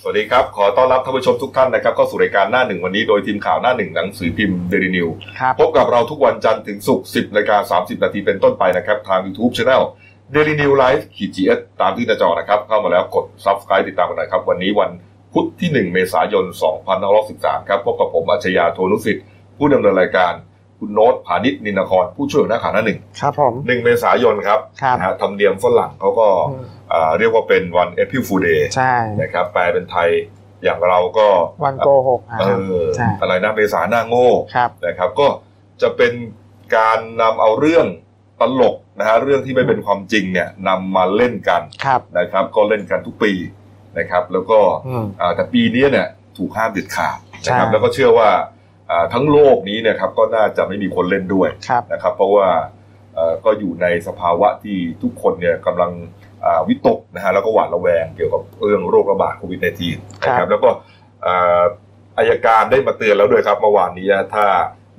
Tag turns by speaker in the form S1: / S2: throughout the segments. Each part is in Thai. S1: สวัสดีครับ ขอต้อนรับท่านผู้ชมทุกท่านนะครับเข้าสู่รายการหน้าหนึ่งวันนี้โดยทีมข่าวหน้าหนึ่งหนังสือพิมพ์เดลินิว
S2: ครับ
S1: พบกับเราทุกวันจันทร์ถึงศุกร์10นาฬิกา30นาทีเป็นต้นไปนะครับ ทาง YouTube Channel Daily New Life ขีดจีเอสตามที่หน้าจอนะครับ เข้ามาแล้วกด Subscribe ติดตามกันหน่อยครับ วันนี้วันพุธที่ 1 เมษายน2513ครับพบกับผมอัจฉริยะโทนุสิทธิ์ผู้ดำเนินรายการคุณโน้ตผานิชนินนครผู้ช่วยหัวหน้าข่าวหน้าหนึ่ง
S2: ครับผม
S1: หนึ่งเมษายนครับ
S2: ครับ
S1: นะฮะธรรมเนียมฝรั่งเขาก็
S2: อืม
S1: อ่าเรียกว่าเป็นวันเอพิฟูเดย์
S2: ใช่
S1: นะครับแปลเป็นไทยอย่างเราก็
S2: วันโกหกนะ
S1: เอ
S2: ครับ
S1: อ
S2: ใช่
S1: อะไรนะเมษาหน้าโง่
S2: ครับ
S1: นะครับ ก็จะเป็นการนำเอาเรื่องตลกนะฮะเรื่องที่ไม่เป็นความจริงเนี่ยนำมาเล่นกัน
S2: ครับ
S1: นะครับ ก็เล่นกันทุกปีนะครับ แล้วก็
S2: อืม
S1: อ่าแต่ปีนี้เนี่ยถูกห้ามเด็ดขาดนะครับ
S2: ใช่
S1: แล้วก็เชื่อว่าอ่าทั้งโลกนี้เนี่ยครับก็น่าจะไม่มีคนเล่นด้วย
S2: ครับ
S1: นะครับเพราะว่าเอ่อก็อยู่ในสภาวะที่ทุกคนเนี่ยกำลังอ่าวิตกนะฮะแล้วก็หวาดระแวงเกี่ยวกับเรื่องโรคระบาดโควิด -19 นะครับแล้วก็อ่าอายการได้มาเตือนแล้วด้วยครับเมื่อวานนี้นะถ้า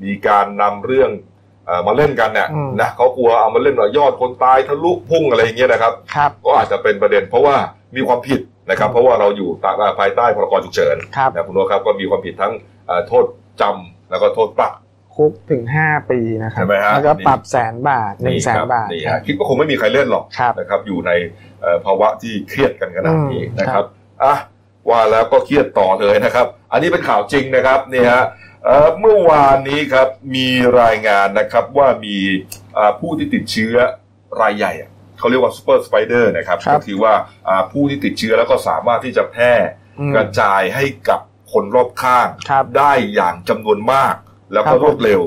S1: มีการนำเรื่องเออมาเล่นกันเนี่ย
S2: อืม
S1: นะเขากลัวเอามาเล่นว่ายอดคนตายทะลุพุ่งอะไรอย่างเงี้ยนะครับ
S2: ครับ
S1: ก็อาจจะเป็นประเด็นเพราะว่ามีความผิดนะครับ เพราะว่าเราอยู่ตามภายใต้พรกฉุกเฉิน
S2: ครับ
S1: นะคุณโนตครับก็มีความผิดทั้งเอ่อโทษจำแล้วก็โทษปรับ
S2: คุกถึงห้าปีนะครับ
S1: ใช่ไหมฮะ
S2: แล้วก็
S1: นี่
S2: ปรับแสนบาทหนึ่งแสน
S1: ครับ
S2: าท
S1: นี่ฮะคิดว่าคงไม่มีใครเล่นหรอก
S2: ครับ
S1: นะครับอยู่ในเอ่อภาวะที่เครียดกันขนาดนี้
S2: อืม
S1: นะค
S2: ครั
S1: รับบ อ่ะว่าแล้วก็เครียดต่อเลยนะครับ อันนี้เป็นข่าวจริงนะครับเนี่ยฮะเอ่อเมื่อวานนี้ครับมีรายงานนะครับว่ามีอ่าผู้ที่ติดเชื้อรายใหญ่อะเขาเรียกว่าซูเปอร์สไปเดอร์นะครับ
S2: ครับ
S1: ก็คือว่าอ่าผู้ที่ติดเชื้อแล้วก็สามารถที่จะแพร่
S2: อืม
S1: กระจายให้กับคนรอบข้าง
S2: ครับ
S1: ได้อย่างจำนวนมาก แล้ว
S2: ครั
S1: ก็
S2: บผม
S1: รวดเร็ว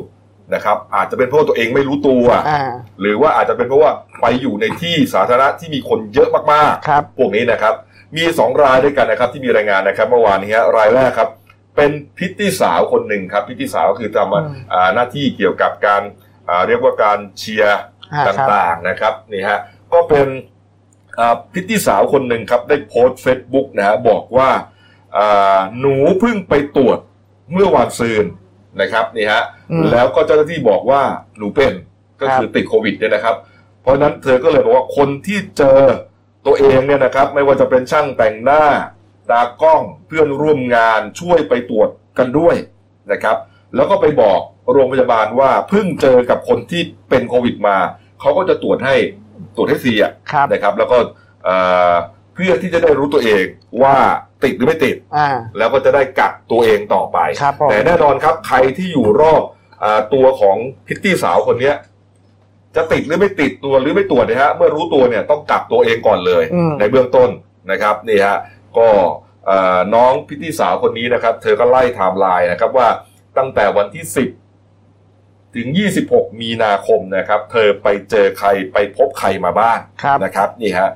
S1: นะครับ อาจจะเป็นเพราะว่าตัวเองไม่รู้ตัว
S2: อ่า
S1: หรือว่าอาจจะเป็นเพราะว่าไปอยู่ในที่สาธารณะที่มีคนเยอะมาก
S2: ครับ
S1: ๆ พวกนี้นะครับ มี 2 รายด้วยกันนะครับที่มีรายงานนะครับ เมื่อวานนี้ฮะรายแรกครับ เป็นพิตตี้สาวคนหนึ่งครับ พิตตี้สาวก็คือทำ
S2: อืม
S1: อ่าหน้าที่เกี่ยวกับการอ่าเรียกว่าการเชียร์
S2: อ่า
S1: ต
S2: ครับ
S1: ่างๆนะครับนี่ฮะก็เป็นอ่าพิตตี้สาวคนหนึ่งครับ ได้โพสต์เฟซบุ๊กนะฮะบอกว่าอ่าหนูเพิ่งไปตรวจเมื่อวานซืนนะครับนี่ฮะ
S2: อืม
S1: แล้วก็เจ้าหน้าที่บอกว่าหนูเป็นก็
S2: ครับ
S1: คือติดโควิดเนี่ยนะครับ เพราะฉะนั้นเธอก็เลยบอกว่าคนที่เจอตัวเองเนี่ยนะครับ ไม่ว่าจะเป็นช่างแต่งหน้าตากล้องเพื่อนร่วมงานช่วยไปตรวจกันด้วยนะครับ แล้วก็ไปบอกโรงพยาบาลว่าเพิ่งเจอกับคนที่เป็นโควิดมาเขาก็จะตรวจให้ตรวจให้ฟรีอะ
S2: ครับ
S1: นะครับ แล้วก็เอ่อเพื่อที่จะได้รู้ตัวเองว่าติดหรือไม่ติด
S2: อ่า
S1: แล้วก็จะได้กักตัวเองต่อไป
S2: ครับผม
S1: แต่แน่นอนครับใครที่อยู่รอบอาตัวของพิตตี้สาวคนเนี้ย จะติดหรือไม่ติดตัวหรือไม่ตรวจเนะฮะเมื่อรู้ตัวเนี่ยต้องกักตัวเองก่อนเลย
S2: อืม
S1: ในเบื้องต้นนะครับนี่ฮะก็อ่าน้องพิตตี้สาวคนนี้นะครับ เธอก็ไล่ไทม์ไลน์นะครับว่าตั้งแต่วันที่ 10 ถึง 26 มีนาคมนะครับ เธอไปเจอใครไปพบใครมาบ้าง
S2: ครับ
S1: นะครับนี่ฮะ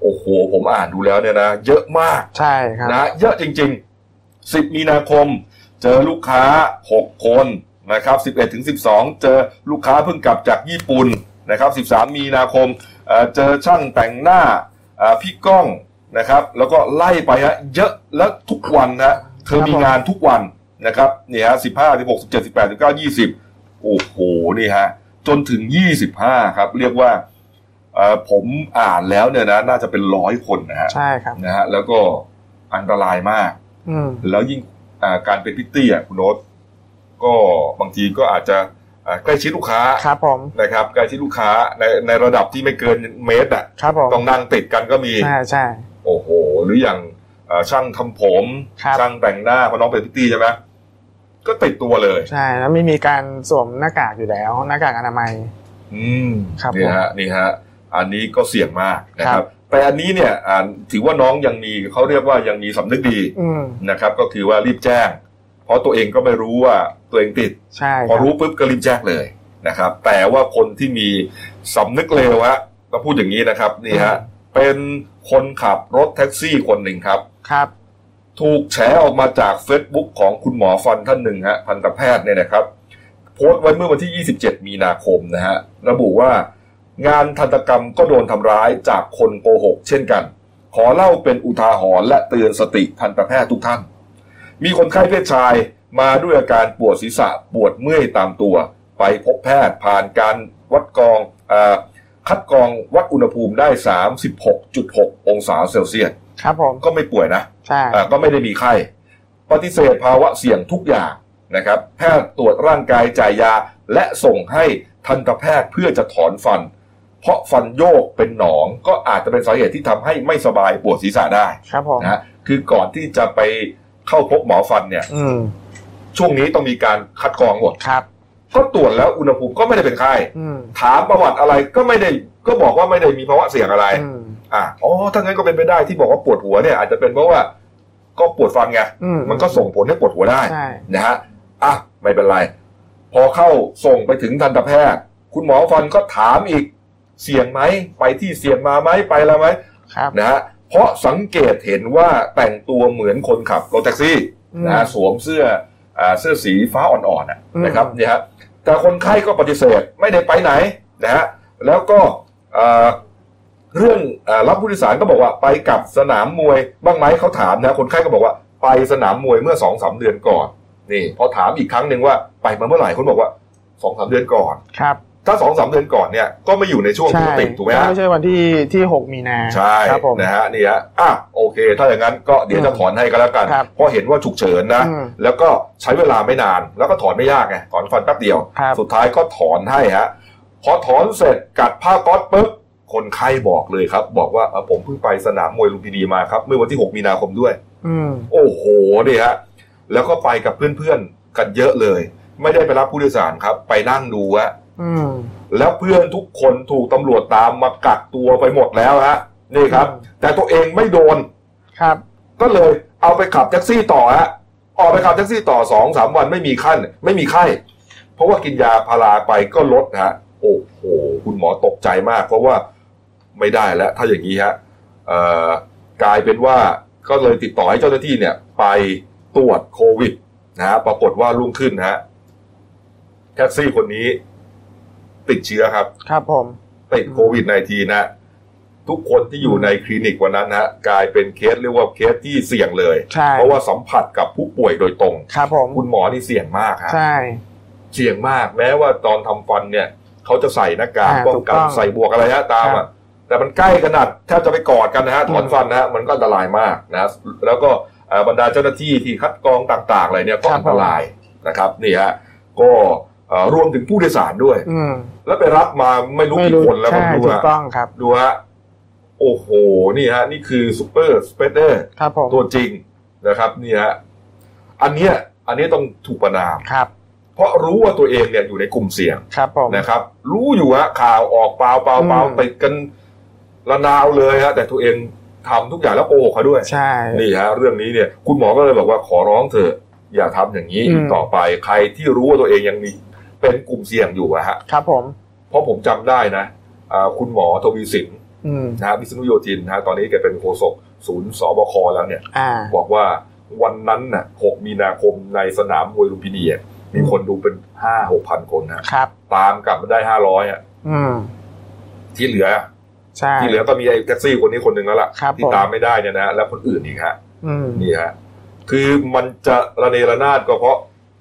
S1: โอ้โหผมอ่านดูแล้วเนี่ยนะเยอะมาก
S2: ใช่ครับ
S1: นะเยอะจริงๆ 10 มีนาคม เจอลูกค้า 6 คนนะครับ 11ถึง12 เจอลูกค้าเพิ่งกลับจากญี่ปุ่นนะครับ 13 มีนาคมเอ่อเจอช่างแต่งหน้าเอ่อพี่ก้องนะครับ แล้วก็ไล่ไปฮะเยอะแล้วทุกวันนะเธอมีงานทุกวันนะครับเนี่ยฮะ15 16 17 18 19 20 โอ้โห นี่ฮะ จนถึง 25 ครับ เรียกว่าเอ่อผมอ่านแล้วเนี่ยนะน่าจะเป็นร้อยคนนะฮะ
S2: ใช่ครับ
S1: นะฮะแล้วก็อันตรายมาก
S2: อืม
S1: แล้วยิ่งอ่าการเป็นพิตตี้อ่ะคุณโนตก็บางทีก็อาจจะอ่าใกล้ชิดลูกค้า
S2: ครับผม
S1: นะครับใกล้ชิดลูกค้าในในระดับที่ไม่เกินเมตรอ่ะ
S2: ครับผม
S1: ต้องนั่งติดกันก็มี
S2: ใช่ใช่
S1: โอ้โห หรืออย่างอ่าช่างทำผม
S2: ครับ
S1: ช่างแต่งหน้าเพราะน้องเป็นพิตตี้ใช่ไหมก็ติดตัวเลย
S2: ใช่แล้วไม่มีการสวมหน้ากากอยู่แล้ว หน้ากากอนามัย
S1: อืม
S2: ครับ
S1: นี่ฮะนี่ฮะอันนี้ก็เสี่ยงมากนะค
S2: ครั
S1: รับบ แต่อันนี้เนี่ยอ่าถือว่าน้องยังมีเขาเรียกว่ายังมีสำนึกดี
S2: อืม
S1: นะครับก็คือว่ารีบแจ้ง เพราะตัวเองก็ไม่รู้ว่าตัวเองติด
S2: ใช่ค
S1: พอ
S2: รับ
S1: รู้ปุ๊บก็รีบแจ้งเลยนะครับ แต่ว่าคนที่มีสำนึกเลวฮะต้องพูดอย่างนี้นะครับนี่ฮะเป็นคนขับรถแท็กซี่คนหนึ่งครับ
S2: ครับ
S1: ถูกแฉออกมาจาก Facebook ของคุณหมอฟันท่านหนึ่งฮะพันตแพทย์เนี่ยนะครับ โพสต์ไว้เมื่อวันที่ 27 มีนาคมนะฮะระบุว่างานทันตกรรมก็โดนทำร้ายจากคนโกหกเช่นกัน ขอเล่าเป็นอุทาหรณ์และเตือนสติทันตแพทย์ทุกท่าน มีคนไข้เพศชายมาด้วยอาการปวดศีรษะปวดเมื่อยตามตัว ไปพบแพทย์ผ่านการวัดกรองเออคัดกรองวัดอุณหภูมิได้ 36.6 องศาเซลเซียส
S2: ครับผม
S1: ก็ไม่ป่วยนะ
S2: ใช่
S1: อ่าก็ไม่ได้มีไข้ ปฏิเสธภาวะเสี่ยงทุกอย่างนะครับ แพทย์ตรวจร่างกายจ่ายยา และส่งให้ทันตแพทย์เพื่อจะถอนฟัน เพราะฟันโยกเป็นหนองก็อาจจะเป็นสาเหตุที่ทำให้ไม่สบายปวดศีรษะได้
S2: ครับผม
S1: นะฮะคือก่อนที่จะไปเข้าพบหมอฟันเนี่ย
S2: อืม
S1: ช่วงนี้ต้องมีการคัดกรองหมด
S2: ครับ
S1: ก็ตรวจแล้วอุณหภูมิก็ไม่ได้เป็นไข้
S2: อืม
S1: ถามประวัติอะไรก็ไม่ได้ก็บอกว่าไม่ได้มีภาวะเสี่ยงอะไร
S2: อืม
S1: อ่ะอ๋อ ถ้างั้นก็เป็นไปได้ที่บอกว่าปวดหัวเนี่ยอาจจะเป็นเพราะว่าก็ปวดฟันไง
S2: อืม
S1: มันก็ส่งผลให้ปวดหัวได้
S2: ใช่
S1: นะฮะ อ่ะ ไม่เป็นไร พอเข้าส่งไปถึงทันตแพทย์ คุณหมอฟันก็ถามอีก เสี่ยงไหม ไปที่เสี่ยงมาไหม ไปแล้วไหม
S2: ครับ
S1: นะฮะ เพราะสังเกตเห็นว่าแต่งตัวเหมือนคนขับรถแท็กซี่
S2: อืม
S1: นะฮะสวมเสื้ออ่าเสื้อสีฟ้าอ่อนๆนะ
S2: อืม
S1: นะครับเนี่ยฮะแต่คนไข้ก็ปฏิเสธไม่ได้ไปไหนนะฮะแล้วก็อ่าเรื่องอารับผู้โดยสารก็บอกว่าไปกับสนามมวยบ้างไหมเขาถามนะคนไข้ก็บอกว่าไปสนามมวยเมื่อสองสามเดือนก่อนนี่พอถามอีกครั้งหนึ่งว่าไปมาเมื่อไหร่คนบอกว่าสองสามเดือนก่อน
S2: ครับ
S1: ถ้าสองสามเดือนก่อนเนี่ยก็ไม่อยู่ในช่วงที่ติดถูกไหมฮะ
S2: ไม่ใช่วันที่ที่หกมีนา
S1: ใช่
S2: ครับผม
S1: นะฮะนี่ฮะอ่ะโอเค ถ้าอย่างนั้นก็เดี๋ยวจะถอนให้ก็แล้วกัน
S2: ครับ
S1: เพราะเห็นว่าฉุกเฉินนะ
S2: อืม
S1: แล้วก็ใช้เวลาไม่นาน แล้วก็ถอนไม่ยากไงถอนฟันแป๊บเดียว
S2: ครับ
S1: สุดท้ายก็ถอนให้ฮะพอถอนเสร็จกัดผ้าก๊อตปุ๊บคนไข้บอกเลยครับ บอกว่าเอ่อผมเพิ่งไปสนามมวยลุมพินีมาครับ เมื่อวันที่ 6 มีนาคมด้วย
S2: อืม
S1: โอ้โหนี่ฮะแล้วก็ไปกับเพื่อนๆกันเยอะเลย ไม่ได้ไปรับผู้โดยสารครับ ไปนั่งดูฮะ
S2: อืม
S1: แล้วเพื่อนทุกคนถูกตำรวจตามมากักตัวไปหมดแล้วฮะนี่ครับ
S2: อืม
S1: แต่ตัวเองไม่โดน
S2: ครับ
S1: ก็เลยเอาไปขับแท็กซี่ต่อฮะออกไปขับแท็กซี่ต่อสองสามวันไม่มีขั้น ไม่มีไข้ เพราะว่ากินยาพาราไปก็ลดฮะ โอ้โหคุณหมอตกใจมาก เพราะว่าไม่ได้แล้ว ถ้าอย่างนี้ฮะเอ่อกลายเป็นว่าก็เลยติดต่อให้เจ้าหน้าที่เนี่ย ไปตรวจโควิดนะฮะปรากฏว่ารุ่งขึ้นฮะแท็กซี่คนนี้ ติดเชื้อครับ
S2: ครับผม
S1: ติดโควิด -19 นะ ทุกคนที่อยู่ในคลินิกวันนั้นนะกลายเป็นเคสเรียกว่าเคสที่เสี่ยงเลย
S2: ใช่
S1: เพราะว่าสัมผัสกับผู้ป่วยโดยตรง
S2: ครับผม
S1: คุณหมอนี่เสี่ยงมากฮะ
S2: ใช่
S1: เสี่ยงมาก แม้ว่าตอนทำฟันเนี่ยเขาจะใส่หน้ากาก
S2: อ่า
S1: ป้องกัน
S2: ถูกต้อง
S1: ใส่บวกอะไรฮะตามอ่ะแต่มันใกล้ขนาดแทบจะไปกอดกันนะฮะถอนฟันนะฮะมันก็อันตรายมากนะแล้วก็เอ่อบรรดาเจ้าหน้าที่ที่คัดกรองต่างๆอะไรเนี่ยก็
S2: ครับ
S1: อันตรายนะครับนี่ฮะก็เอ่อรวมถึงผู้โดยสารด้วย
S2: อืม
S1: แล้วไปรับมาไม่รู้
S2: ไม่
S1: กี่
S2: รู้
S1: คนแล้วผ
S2: ใช่
S1: มดู
S2: ถูก
S1: ฮะ
S2: ต้องครับ
S1: ดูฮะ โอ้โห นี่ฮะ นี่คือซูเปอร์สเปเดอร์
S2: ครับผม
S1: ตัวจริงนะครับนี่ฮะ อันเนี้ยอันเนี้ยต้องถูกประนาม
S2: ครับ
S1: เพราะรู้ว่าตัวเองเนี่ยอยู่ในกลุ่มเสี่ยง
S2: ครับผม
S1: นะครับ รู้อยู่ฮะข่าวออกเปล่าเปล่าเปล่า
S2: อืม
S1: ติดกันระนาวเลยฮะ แต่ตัวเองทำทุกอย่างแล้วโกหกเขาด้วย
S2: ใช่
S1: นี่ฮะ เรื่องนี้เนี่ย คุณหมอก็เลยบอกว่าขอร้องเถอะอย่าทำอย่างนี้
S2: อืม
S1: ต่อไปใครที่รู้ว่าตัวเองยังมีเป็นกลุ่มเสี่ยงอยู่อะฮะ
S2: ครับผม
S1: เพราะผมจำได้นะอ่าคุณหมอทวีสิน
S2: อืม
S1: นะฮะวิษณุโยธินนะฮะตอนนี้แกเป็นโฆษกศูนย์สบคแล้วเนี่ย
S2: อ่า
S1: บอกว่าวันนั้นน่ะ 6 มีนาคมในสนามมวยลุมพินีอ่ะมีคนดูเป็น 5 6 พันคนนะครับ ตามกลับมาได้ 500อ่ะ
S2: อืม
S1: ที่เหลืออ่ะ
S2: ใช่
S1: ที่เหลือก็มีไอ้แท็กซี่คนนี้คนหนึ่งแล้วล่ะ
S2: ครับ
S1: ที่
S2: ผม
S1: ตามไม่ได้เนี่ยนะฮะแล้วคนอื่นอีกฮะ
S2: อืม
S1: นี่ฮะคือมันจะระเนระนาดก็เพราะ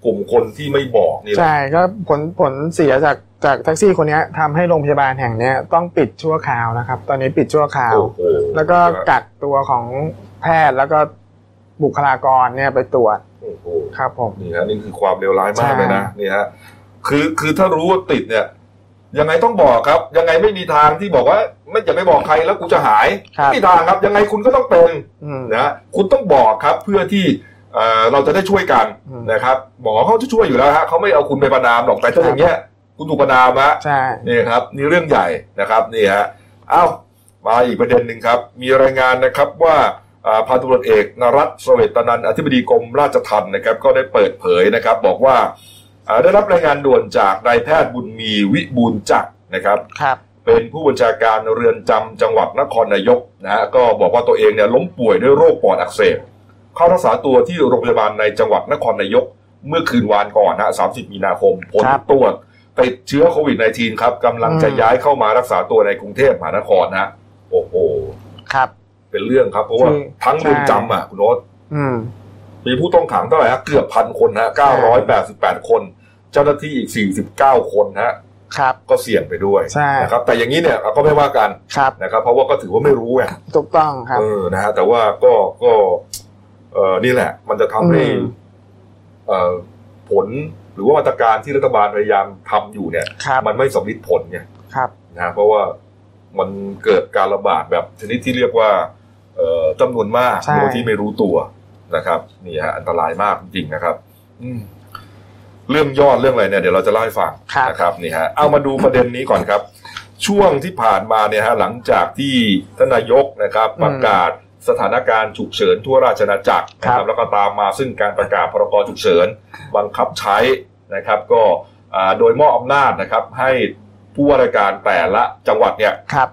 S1: กลุ่มคนที่ไม่บอกนี่แหละ
S2: ใช่ก็ผลผลเสียจากจากแท็กซี่คนเนี้ยทำให้โรงพยาบาลแห่งเนี้ยต้องปิดชั่วคราวนะครับ ตอนนี้ปิดชั่วคราว
S1: โอ้โห
S2: แล้วก็กักตัวของแพทย์แล้วก็บุคลากรเนี่ยไปตรวจ
S1: โอ้โห
S2: ครับผม
S1: นี่ฮะนี่คือความเลวร้ายมาก
S2: ใช่
S1: เลยนะนี่ฮะคือคือถ้ารู้ว่าติดเนี่ย ยังไงต้องบอกครับ ยังไงไม่มีทางที่บอกว่า ไม่จะไม่บอกใครแล้วกูจะหาย
S2: ครับ
S1: ไม่มีทางครับ ยังไงคุณก็ต้องเป็น
S2: อืม
S1: นะฮะคุณต้องบอกครับเพื่อที่เอ่อเราจะได้ช่วยกัน
S2: อืม
S1: นะครับหมอเขาจะช่วยอยู่แล้วฮะเขาไม่เอาคุณไปประนามหรอกแต่ถ้าอย่างเงี้ยคุณถูกประนามฮะ
S2: ใช่
S1: นี่ครับนี่เรื่องใหญ่นะครับนี่ฮะเอ้ามาอีกประเด็นหนึ่งครับ มีรายงานนะครับว่าอ่าพันตำรวจเอกนรัตน์เสวตนันท์อธิบดีกรมราชทัณฑ์นะครับ ก็ได้เปิดเผยนะครับ บอกว่าอ่าได้รับรายงานด่วนจากนายแพทย์บุญมีวิบูลย์จักรนะครับ
S2: ครับ
S1: เป็นผู้บัญชาการเรือนจำจังหวัดนครนายกนะฮะก็บอกว่าตัวเองเนี่ยล้มป่วยด้วยโรคปอดอักเสบเข้ารักษาตัวที่โรงพยาบาลในจังหวัดนครนายก เมื่อคืนวานก่อนนะ30 มีนาคมผล
S2: ครับ
S1: ตรวจติดเชื้อโควิด -19 ครับกำลังจะ
S2: อืม
S1: ย้ายเข้ามารักษาตัวในกรุงเทพมหานครนะฮะโอ้โห
S2: ครับ
S1: เป็นเรื่องครับ เพราะว่า
S2: คือ
S1: ทั้งเรือน
S2: ใช่
S1: จำอ่ะคุณโนต
S2: อืม
S1: มีผู้ต้องขังเท่าไหร่ฮะเกือบพันคนฮะ988 คน เจ้าหน้าที่อีก 49 คนฮะ
S2: ครับ
S1: ก็เสี่ยงไปด้วย
S2: ใช่
S1: นะครับแต่อย่างนี้เนี่ยเราก็ไม่ว่ากัน
S2: ครับ
S1: นะครับ เพราะว่าก็ถือว่าไม่รู้ไง
S2: ถูกต้องครับ
S1: เออนะฮะแต่ว่าก็ก็เออนี่แหละ มันจะทำให้
S2: อืม
S1: เอ่อผลหรือว่ามาตรการที่รัฐบาลพยายามทำอยู่เนี่ย
S2: ครับ
S1: มันไม่สำลิดผลไง
S2: ครับ
S1: นะฮะเพราะว่ามันเกิดการระบาดแบบชนิดที่เรียกว่าเอ่อจำนวนมาก
S2: ใช่
S1: โดยที่ไม่รู้ตัวนะครับนี่ฮะอันตรายมากจริงๆนะครับอืมเรื่องยอดเรื่องอะไรเนี่ยเดี๋ยวเราจะเล่าให้ฟังนะครับนี่ฮะเอามาดูประเด็นนี้ก่อนครับ ช่วงที่ผ่านมาเนี่ยฮะหลังจากที่ทานนายกนะครับ ประกาศสถานการณ์ฉุกเฉินทั่วราชอาณาจักรนะค
S2: ค
S1: รั
S2: รั
S1: บบ แล้วก็ตามมาซึ่งการประกาศพรกฉุกเฉิน บังคับใช้นะครับ ก็อ่าโดยมอบอำนาจนะครับ ให้ผู้ว่าราชการแต่ละจังหวัดเนี่ย
S2: ครับ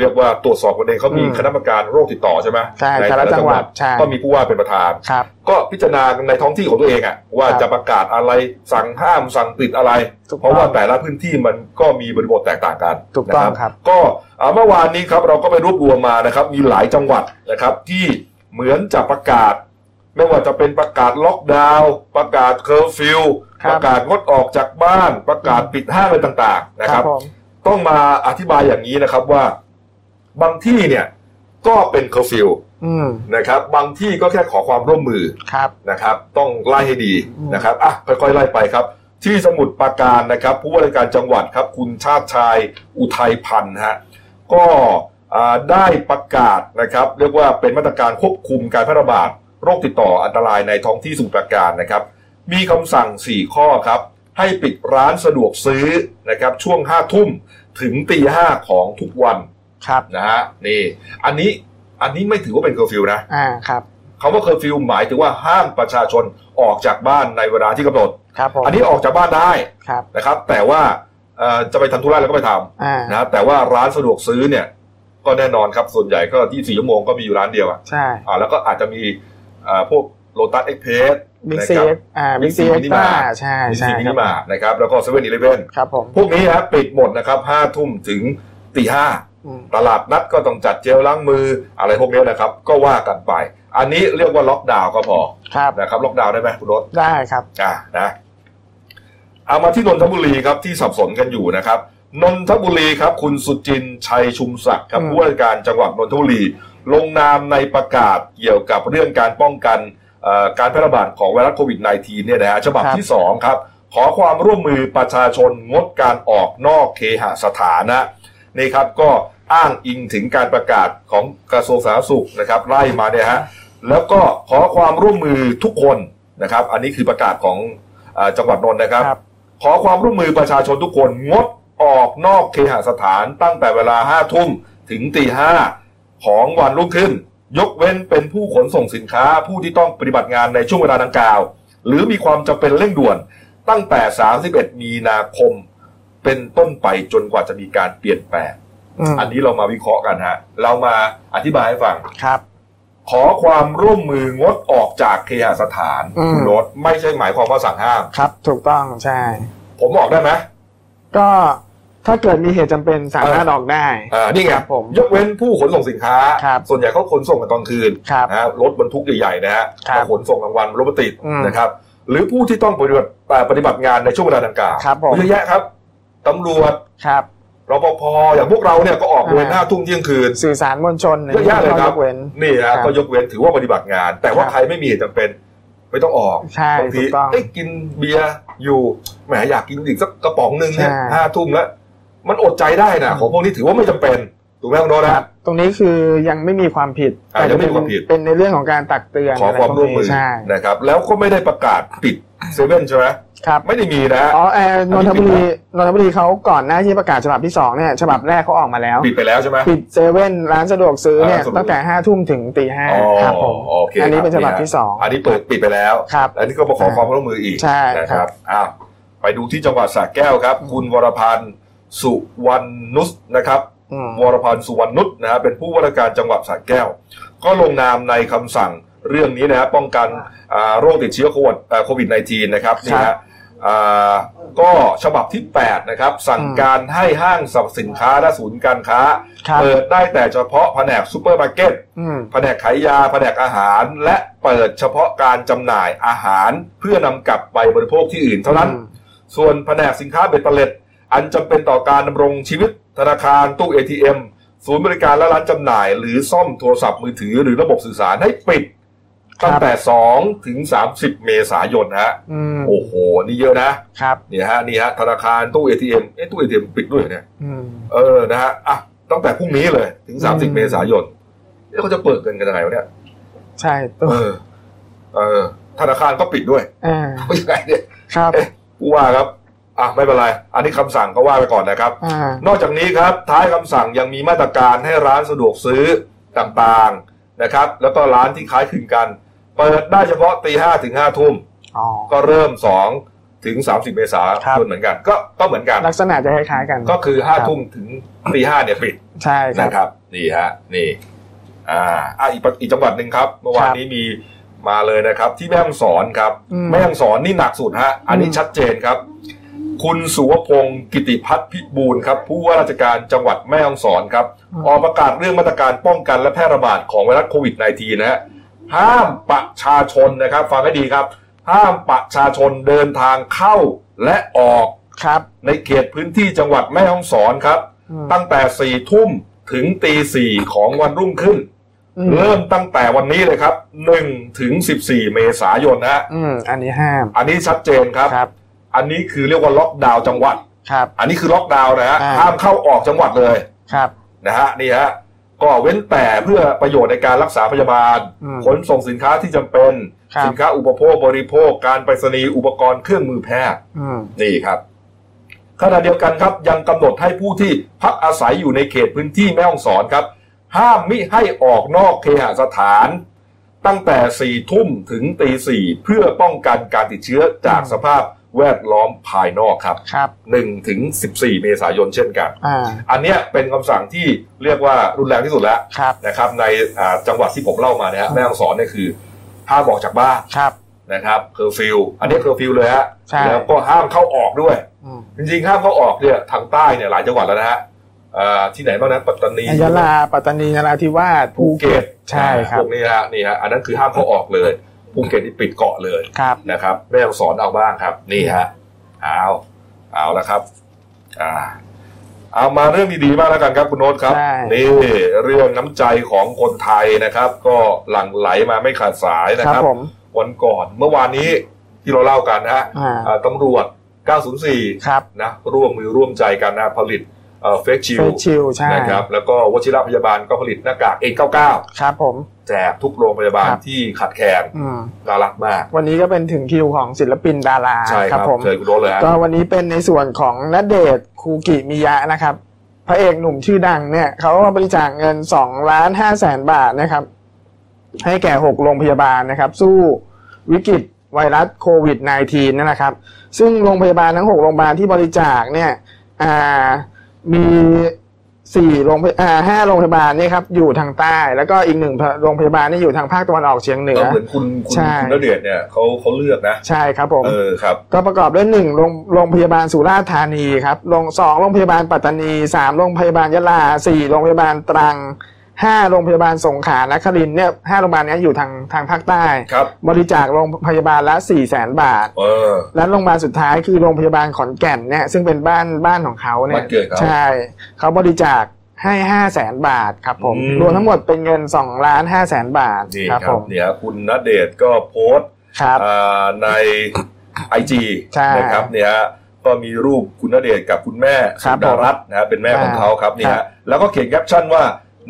S1: เรียกว่าตรวจสอบกันเองเขามี
S2: อืม
S1: คณะกรรมการโรคติดต่อใช่ไหม
S2: ใช่
S1: น
S2: แต่ละจังหวัดใช่
S1: ก็มีผู้ว่าเป็นประธาน
S2: ครับ
S1: ก็พิจารณาในท้องที่ของตัวเองอะว่า
S2: ครับ
S1: จะประกาศอะไรสั่งห้ามสั่งปิดอะไร
S2: ถูกต้อง
S1: เพราะว่าแต่ละพื้นที่มันก็มีบริบทแตกต่างกัน
S2: ถูกต้อง
S1: นะครับ ก็อ่าเมื่อวานนี้ครับเราก็ไปรวบรวมมานะครับ มีหลายจังหวัดนะครับ ที่เหมือนจะประกาศ ไม่ว่าจะเป็นประกาศล็อกดาวน์ประกาศเคอร์ฟิวประกาศงดออกจากบ้าน ประกาศปิดห้างอะไรต่างๆนะ
S2: ค
S1: ค
S2: รั
S1: รั
S2: บบ ผม
S1: ต้องมาอธิบายอย่างนี้นะครับว่าบางที่เนี่ยก็เป็นเคอร์ฟิว
S2: อืม
S1: นะครับ บางที่ก็แค่ขอความร่วมมือ
S2: ครับ
S1: นะครับ ต้องไล่ให้ดี
S2: อืม
S1: นะครับอ่ะค่อยๆไล่ไปครับ ที่สมุทรปราการนะครับ ผู้ว่าราชการจังหวัดครับ คุณชาติชายอุทัยพันธ์ฮะก็อ่าได้ประกาศนะครับ เรียกว่าเป็นมาตรการควบคุมการแพร่ระบาดโรคติดต่ออันตรายในท้องที่สมุทรปราการนะครับ มีคำสั่ง 4 ข้อครับ ให้ปิดร้านสะดวกซื้อนะครับ ช่วง 5 ทุ่มถึงตีห้าของทุกวัน
S2: ครับ
S1: นะฮะนี่ อันนี้อันนี้ไม่ถือว่าเป็นเคอร์ฟิวนะ
S2: อ่าครับ
S1: คำว่าเคอร์ฟิวหมายถึงว่าห้ามประชาชนออกจากบ้านในเวลาที่กำหนด
S2: ครับผม
S1: อันนี้ออกจากบ้านได้
S2: ครับ
S1: นะครับ แต่ว่าเอ่อจะไปทำธุระแล้วก็ไปท
S2: อ่า
S1: ำนะแต่ว่าร้านสะดวกซื้อเนี่ย ก็แน่นอนครับส่วนใหญ่ก็ที่สี่ชั่วโมงก็มีอยู่ร้านเดียวอะ
S2: ใช่
S1: อ่าแล้วก็อาจจะมีอ่าพวกโลตัสเอ็กเพส
S2: บิ๊กซีอ่าบิ๊กซี
S1: Big C
S2: เอ็ก
S1: Mini
S2: ซ์ต้า
S1: Mart
S2: ใช่
S1: มี
S2: ใช่
S1: ซีมิ
S2: ครั
S1: นิ
S2: บ
S1: มาร์ทนะครับแล้วก็เซเว่นอีเลฟเว่น
S2: ครับผม
S1: พวกนี้ครับปิดหมดนะครับห้าทุ่มถึงตีห้า
S2: อืม
S1: ตลาดนัดก็ต้องจัดเจลล้างมืออะไรพวกนี้นะครับ ก็ว่ากันไป อันนี้เรียกว่าล็อกดาวน์ก็พอ
S2: ครับ
S1: นะครับล็อกดาวน์ได้ไหมคุณรถ
S2: ได้ครับ
S1: อ่านะเอามาที่นนทบุรีครับที่สับสนกันอยู่นะครับนนทบุรีครับ คุณสุจินต์ชัยชุมศักดิ์ครับ
S2: อืม
S1: ผู้ว่าราชการจังหวัดนนทบุรี ลงนามในประกาศเกี่ยวกับเรื่องการป้องกันเอ่อการแพร่ระบาดของไวรัสโควิด -19 เนี่ยนะฮะฉบับที่ 2 ครับ ขอความร่วมมือประชาชนงดการออกนอกเคหสถานะนี่ครับก็อ้างอิงถึงการประกาศของกระทรวงสาธารณสุขนะครับไล่มาเนี่ยฮะแล้วก็ขอความร่วมมือทุกคนนะครับ อันนี้คือประกาศของเออจังหวัดนนท์นะครับ
S2: ครับ
S1: ขอความร่วมมือประชาชนทุกคนงดออกนอกเคหสถานตั้งแต่เวลาห้าทุ่มถึงตีห้าของวันรุ่งขึ้น ยกเว้นเป็นผู้ขนส่งสินค้าผู้ที่ต้องปฏิบัติงานในช่วงเวลาดังกล่าว หรือมีความจำเป็นเร่งด่วน ตั้งแต่ 31 มีนาคม เป็นต้นไปจนกว่าจะมีการเปลี่ยนแปลง
S2: อืม
S1: อันนี้เรามาวิเคราะห์กันฮะ เรามาอธิบายให้ฟัง
S2: ครับ
S1: ขอความร่วมมืองดออกจากเคหสถาน
S2: อืม
S1: คุณโรถไม่ใช่หมายความว่าสั่งห้าม
S2: ครับถูกต้องใช่
S1: ผมออกได้ไหม
S2: ก็ถ้าเกิดมีเหตุจำเป็นสามารถออกได้
S1: อ่านี่ไง
S2: ครับผม
S1: ยกเว้นผู้ขนส่งสินค้า
S2: ครับ
S1: ส่วนใหญ่เขาขนส่งกันตอนคืน
S2: ครับ
S1: นะฮะรถบรรทุกใหญ่ๆนะฮะ
S2: ครับ
S1: มาขนส่งกลางวันรถมันติด
S2: อืม
S1: นะครับ หรือผู้ที่ต้องปฏิบัติเอ่อปฏิบัติงานในช่วงเวลาดังกล่าว
S2: ครับผม
S1: เยอะแยะครับตำรวจ
S2: ครับ
S1: รปภอย่างพวกเราเนี่ยก็ออกเวร
S2: อ่า
S1: ห้าทุ่มเที่ยงคืน
S2: สื่อสารมวลชน
S1: เยอะแยะเลยครับ
S2: กเว้น
S1: นี่
S2: ครั
S1: ฮะ
S2: บ
S1: ก็ยกเว้นถือว่าปฏิบัติงาน แต่ว่า
S2: ครับ
S1: ใครไม่มีเหตุจำเป็น ไม่ต้องออก
S2: ใช่
S1: บาง
S2: ถู
S1: ที
S2: กต้อง
S1: เอ้ยกินเบียร์อยู่แหมอยากกินอีกสักกระป๋องหนึ่งเนี่ย
S2: ใช่
S1: ห้าทุ่มแล้วมันอดใจได้นะของพวกนี้ถือว่าไม่จำเป็นถูกไหมคุณโรจน์
S2: ค
S1: นะ
S2: รับตรงนี้คือยังไม่มีความผิด
S1: อ่ายังไม่มีความผิด
S2: เป็นในเรื่องของการตักเตือน
S1: ขอความร่วมมือ
S2: ใช่
S1: นะครับ แล้วก็ไม่ได้ประกาศปิดเซเว่นใช่ไหม
S2: ครับ
S1: ไม่ได้มีนะ
S2: อ๋อแอร์น
S1: อัน
S2: น
S1: นี้
S2: ท
S1: ปิด
S2: บุรี
S1: แล้ว
S2: นนทบุรีเขาก่อนหน้าที่ประกาศฉบับที่สองเนี่ยฉบับแรกเขาออกมาแล้ว
S1: ปิดไปแล้วใช่ไหม
S2: ปิดเซเว่นร้านสะดวกซื้อเนี่
S1: ร้า
S2: ย
S1: นสะดวก
S2: ตั้งแต่ห้าทุ่มถึงตีห้า
S1: อ๋อ
S2: ครับผม
S1: โอเค
S2: อันนี้เป็นฉบับ
S1: ครั
S2: ที่สอง
S1: อันนี้เปิดปิดไปแล้ว
S2: ครับ
S1: อันนี้ก็มาขอความร่วมมืออีก
S2: ใช่
S1: นะค
S2: ครั
S1: รับบ อ้าวไปดูที่จังหวัดสระแก้วครับ คุณวรพันธ์สุวรรณนุสนะครับ
S2: อืม
S1: วรพันธ์สุวรรณนุชนะฮะเป็นผู้ว่าราชการจังหวัดสระแก้ว ก็ลงนามในคำสั่งเรื่องนี้นะฮะป้องกันอ่าโรคติดเชื้อโควิดอ่าโควิด -19 นะครับนี่ฮะอ่าก็ฉบับที่ 8 นะครับ สั่งการให้ห้างสรรพสินค้าและศูนย์การค้า
S2: ครับ
S1: เปิดได้แต่เฉพาะแผนกซูเปอร์มาร์เก็ต
S2: อืม
S1: แผนกขายยา แผนกอาหาร และเปิดเฉพาะการจำหน่ายอาหารเพื่อนำกลับไปบริโภคที่อื่นเท่านั้น
S2: อืม
S1: ส่วนแผนกสินค้าเบตเตอร์เล็ด อันจำเป็นต่อการดำรงชีวิตธนาคารตู้ ATM ศูนย์บริการและร้านจำหน่าย หรือซ่อมโทรศัพท์มือถือหรือระบบสื่อสารให้ปิด ตั้งแต่ 2 ถึง 30 เมษายนฮะ
S2: อืม
S1: โอ้โห นี่เยอะนะ
S2: ครับ
S1: เนี่ยฮะ นี่ฮะ ธนาคารตู้ ATM เอ๊ะตู้ ATM ปิดด้วยเหรอเนี่ย
S2: อืม
S1: เออ นะฮะ อ่ะ ตั้งแต่พรุ่งนี้เลยถึง
S2: อืม
S1: 30 เมษายนเอ๊ะเขาจะเปิดกันกันยังไงวะเนี่ย
S2: ใช่ตัว
S1: เออ เออ ธนาคารก็ปิดด้วย
S2: อ่า
S1: เอายังไงเนี่ย
S2: ครับ
S1: ผู้ว่าครับ อ่ะ ไม่เป็นไร อันนี้คำสั่งก็ว่าไปก่อนนะครับ
S2: อ่าน
S1: อกจากนี้ครับ ท้ายคำสั่งยังมีมาตรการให้ร้านสะดวกซื้อต่างๆนะครับ แล้วก็ร้านที่คล้ายคลึงกัน เปิดได้เฉพาะตีห้าถึงห้าทุ่ม
S2: อ๋อ
S1: ก็เริ่ม 2 ถึง 30 เมษา
S2: ครับ
S1: ยนเหมือนกัน ก็ก็เหมือนกัน
S2: ลักษณะจะคล้ายๆกัน
S1: ก็คือ 5 ทุ่มถึงตีห้าเนี่ยปิด
S2: ใช่ครับ
S1: นะครับ นี่ฮะ นี่ อ่าอ่ะอีกประอีกจังหวัดหนึ่งครับ เมื่อวานนี้มีมาเลยนะครับ ที่แม่ฮ่องสอนครับ
S2: อืม
S1: แม่ฮ่องสอนนี่หนักสุดฮะ อันนี้
S2: อืม
S1: ชัดเจนครับ คุณสุวพงศ์กิติพัฒน์พิบูลย์ครับผู้ว่าราชการจังหวัดแม่ฮ่องสอนครับ ออกประกาศเรื่องมาตรการป้องกันและแพร่ระบาดของไวรัสโควิด -19 นะฮะห้ามประชาชนนะครับ ฟังให้ดีครับ ห้ามประชาชนเดินทางเข้าและออก
S2: ครับ
S1: ในเขตพื้นที่จังหวัดแม่ฮ่องสอนครับ
S2: อืม
S1: ตั้งแต่4ี่ทุ่มถึงตีสี่ของวันรุ่งขึ้น
S2: อืม
S1: เริ่มตั้งแต่วันนี้เลยครับ1ถึง14 เมษายนนะฮะ
S2: อืมอันนี้ห้าม
S1: อันนี้ชัดเจนครับ
S2: ครับ
S1: อันนี้คือเรียกว่าล็อกดาวน์จังหวัด
S2: ครับ
S1: อันนี้คือล็อกดาวน์นะฮะ
S2: อ่า
S1: ห้ามเข้าออกจังหวัดเลย
S2: ครับ
S1: นะฮะนี่ฮะก็เว้นแต่เพื่อประโยชน์ในการรักษาพยาบาล
S2: อืม
S1: ขนส่งสินค้าที่จำเป็น
S2: ครับ
S1: สินค้าอุปโภคบริโภค การไปรษณีย์อุปกรณ์เครื่องมือแพทย์
S2: อืม
S1: นี่ครับขณะเดียวกันครับยังกำหนดให้ผู้ที่พักอาศัยอยู่ในเขตพื้นที่แม่ฮ่องสอนครับ ห้ามมิให้ออกนอกเคหสถาน ตั้งแต่4ี่ทุ่มถึงตีสี่เพื่อป้องกันการติดเชื้อจากสภาพแวดล้อมภายนอกครับ
S2: ครับ
S1: 1ถึง14 เมษายนเช่นกัน
S2: อ่า
S1: อันเนี้ยเป็นคำสั่งที่เรียกว่ารุนแรงที่สุดแล้ว
S2: ครับ
S1: นะครับในอ่าจังหวัดที่ผมเล่ามาเนี่ยฮะแม่ฮ่องสอนเนี่ยคือห้ามออกจากบ้าน
S2: ครับ
S1: นะครับเคอร์ฟิวอันนี้เคอร์ฟิวเลยฮะ
S2: ใช่
S1: แล้วก็ห้ามเข้าออกด้วย
S2: อืม
S1: จริงๆห้ามเข้าออกเนี่ยทางใต้เนี่ยหลายจังหวัดแล้วนะฮะอ่าที่ไหนบ้างนะปัตตานี
S2: ยะลาปัตตานีนราธิวาส
S1: ภูเก็ต
S2: ใช่ครั
S1: พ
S2: บ
S1: วกนี้ฮะนี่ฮะอันนั้นคือห้ามเข้าออกเลยภูเก็ตนี่ปิดเกาะเลย
S2: ครับ
S1: นะครับแม่ต้องสอนเอาบ้างครับ นี่ฮะเอาเอาละครับอ่าเอามาเรื่องดีๆบ้างแล้วกันครับคุณโน้ตครับ
S2: ใช่
S1: นี่เรื่องน้ำใจของคนไทยนะครับ ก็หลั่งไหลมาไม่ขาดสายนะ
S2: ค
S1: ครั
S2: รับ
S1: บ
S2: ผม
S1: วันก่อนเมื่อวานนี้ที่เราเล่ากันนะฮะ
S2: อ่า
S1: อ่าตำรวจ
S2: ครับ
S1: 904 นะร่วมมือร่วมใจกันนะผลิตเฟกชิ
S2: เฟ
S1: ล
S2: ซชิลใช่
S1: นะครับแล้วก็วชิรพยาบาลก็ผลิตหน้ากาก N99
S2: ครับผม
S1: แจกทุกโรงพยาบาล
S2: ครับ
S1: ที่ขาดแคลน
S2: อืม
S1: น่ารักมาก
S2: วันนี้ก็เป็นถึงคิวของศิลปินดารา
S1: ใช่ครับ
S2: ผม
S1: เชิญคุณโน้ตเลยฮะ
S2: ก็วันนี้เป็นในส่วนของณเดชน์คูกิมิยะนะครับ พระเอกหนุ่มชื่อดังเนี่ยเขาก็บริจาคเงิน2ล้าน5แสนบาทนะครับ ให้แก่ 6 โรงพยาบาลนะครับ สู้วิกฤตไวรัสโควิด -19 นั่นนะครับ ซึ่งโรงพยาบาลทั้ง 6 โรงพยาบาลที่บริจาคเนี่ยอ่ามี4โรงพยอ่าห้าโรงพยาบาลเนี่ยครับอยู่ทางใต้ แล้วก็อีกหนึ่งโรงพยาบาลนี่อยู่ทางภาคตะวันออกเฉียงเหนื
S1: เอ
S2: อ
S1: อเหมือนคุณคุณ
S2: ใช่
S1: คุณณเดชน์เนี่ยเขาเขาเลือกนะ
S2: ใช่ครับผม
S1: เออครับ
S2: ก็ประกอบด้วยหนึ่งโรงโรงพยาบาลสุราษฎร์ธานีครับโรงสองโรงพยาบาลปัตตานีสามโรงพยาบาลยะลาสี่โรงพยาบาลตรังห้าโรงพยาบาลสงขลานครินทร์เนี่ยห้าโรงพยาบาลเนี้ยอยู่ทางทางภาคใต้
S1: ครับ
S2: บริจาคโรงพยาบาลละสี่แสนบาท
S1: เออ
S2: และโรงพยาบาลสุดท้ายคือโรงพยาบาลขอนแก่นเนี่ยซึ่งเป็นบ้านบ้านของเขาเนี่ย
S1: บ้านเกิดเขา
S2: ใช่เขาบริจาคให้ห้าแสนบาทครับผม
S1: อืม
S2: รวมทั้งหมดเป็นเงินสองล้านห้าแสนบาท
S1: นี่
S2: ครับ
S1: ครั
S2: ผ
S1: บ
S2: ม
S1: เนี่ยคุณณเดชน์ก็โพสต์
S2: ครับ
S1: อ่าในไอจี
S2: ใช่
S1: นะครับเนี่ยก็มีรูปคุณณเดชน์กับคุณแม่
S2: ครั
S1: สุ
S2: บ
S1: ดารัตน์นะฮะเป็นแม่ของเขาครับนี่
S2: ครั
S1: ฮะ
S2: บ
S1: แล้วก็เขียนแคปชั่นว่า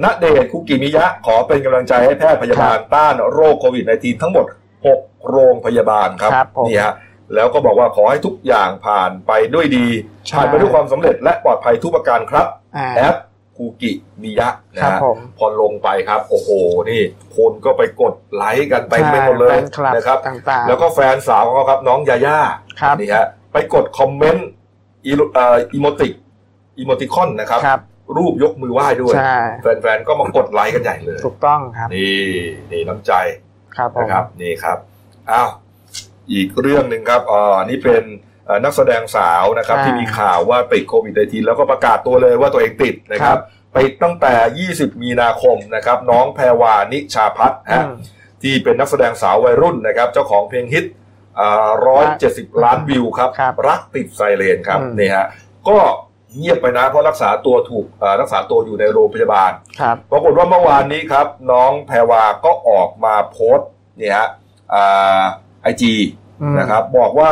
S1: ณเดชน์คุกิมิยะขอเป็นกำลังใจให้แพทย์พยาบาลต้านโรคโควิด -19 ทั้งหมด 6 โรงพยาบาลครับ
S2: ครับผม
S1: นี่ฮะแล้วก็บอกว่าขอให้ทุกอย่างผ่านไปด้วยดี
S2: ใช่
S1: ผ่านไปด้วยความสำเร็จและปลอดภัยทุกประการครับ
S2: อ่า
S1: แอปกูกิมิยะนะครับฮะ
S2: ผม
S1: พอลงไปครับ โอ้โห นี่ คนก็ไปกดไลค์กันไป
S2: ใช่
S1: ไปหมดเลย
S2: แฟนคลับ
S1: นะครับ
S2: ต่างๆ
S1: แล้วก็แฟนสาวของเขาครับน้องยาย่า
S2: ครับ
S1: นี่ฮะไปกดคอมเมนต์อีโลเอ่ออีโมติอีโมติคอนนะครับ
S2: ครับ
S1: รูปยกมือไหว้ด้วย
S2: ใช่
S1: แฟนๆ ก็มากดไลค์กันใหญ่เลย
S2: ถูกต้องครับ
S1: นี่นี่น้ำใจ
S2: ครับผม
S1: นะครับ นี่ครับอ้าวอีกเรื่องหนึ่งครับอ่านี่เป็นเอ่อนักแสดงสาวนะครับ ที่มีข่าวว่าติดโควิด -19 แล้วก็ประกาศตัวเลยว่าตัวเองติดนะครับ ไปตั้งแต่ 20 มีนาคมนะครับ น้องแพรวานิชาพัฒน์
S2: อื
S1: ฮะ
S2: ม
S1: ที่เป็นนักแสดงสาววัยรุ่นนะครับ เจ้าของเพลงฮิตร้อยเจ็ดสิบล้านวิวครับ
S2: ครับ
S1: รักติดไซเรนครับ
S2: อืม
S1: นี่ฮะ ก็เงียบไปนะเพราะรักษาตัวถูกเอ่อรักษาตัวอยู่ในโรงพยาบาล
S2: ครับ
S1: ปรากฏว่าเมื่อวานนี้ครับ น้องแพรวาก็ออกมาโพสต์เนี่ยฮะไอจี
S2: อืม
S1: นะครับ บอกว่า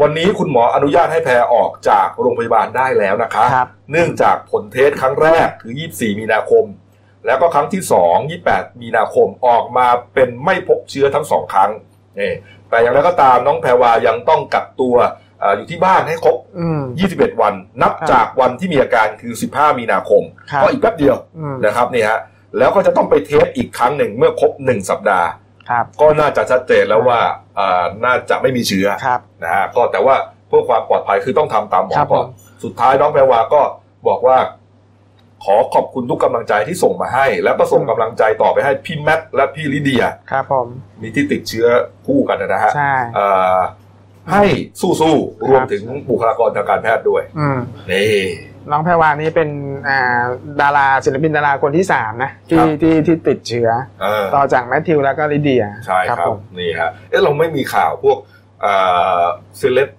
S1: วันนี้คุณหมออนุญาตให้แพรออกจากโรงพยาบาลได้แล้วนะคะ
S2: ครับ
S1: เนื่องจากผลเทสครั้งแรกคือ 24 มีนาคม แล้วก็ครั้งที่ 2 28 มีนาคมออกมาเป็นไม่พบเชื้อทั้งสองครั้งนี่แต่อย่างไรก็ตามน้องแพรวายังต้องกักตัวเอออยู่ที่บ้านให้ครบ
S2: อืม
S1: 21 วัน นับ
S2: ครับ
S1: จากวันที่มีอาการคือ 15 มีนาคม
S2: ครับ
S1: ก็อีกแป๊บเดียว
S2: อืม
S1: นะครับนี่ฮะแล้วก็จะต้องไปเทสอีกครั้งหนึ่งเมื่อครบหนึ่งสัปดาห์
S2: ครับ
S1: ก็น่าจะชัดเจนแล้วว่าอ่าน่าจะไม่มีเชื้อ
S2: ครับ
S1: นะฮะก็แต่ว่าเพื่อความปลอดภัยคือต้องทำตามหมอ
S2: ครับ
S1: ก่อน
S2: ผม
S1: สุดท้ายน้องแปรวาก็บอกว่า ขอขอบคุณทุกกำลังใจที่ส่งมาให้ แล้วก็ส่งกำลังใจต่อไปให้พี่แมทและพี่ลิเดีย
S2: ครับผม
S1: มีที่ติดเชื้อคู่กันนะฮะ
S2: ใช่
S1: อ่าให้สู้
S2: ครับ
S1: ๆรวมถึงบุคลากรทางการแพทย์ด้วย
S2: อืม
S1: นี่
S2: น้องแพรวานี่เป็นอ่าดาราศิลปินดาราคนที่สามนะ
S1: ครั
S2: ที่
S1: บ
S2: ที่ที่ติดเชื้อ
S1: เออ
S2: ต่อจากแมทธิวแล้วก็ลิเดีย
S1: ใช่ครับ
S2: ผม
S1: นี่ฮะเอ๊ะเราไม่มีข่าวพวกเอ่อเซเลบ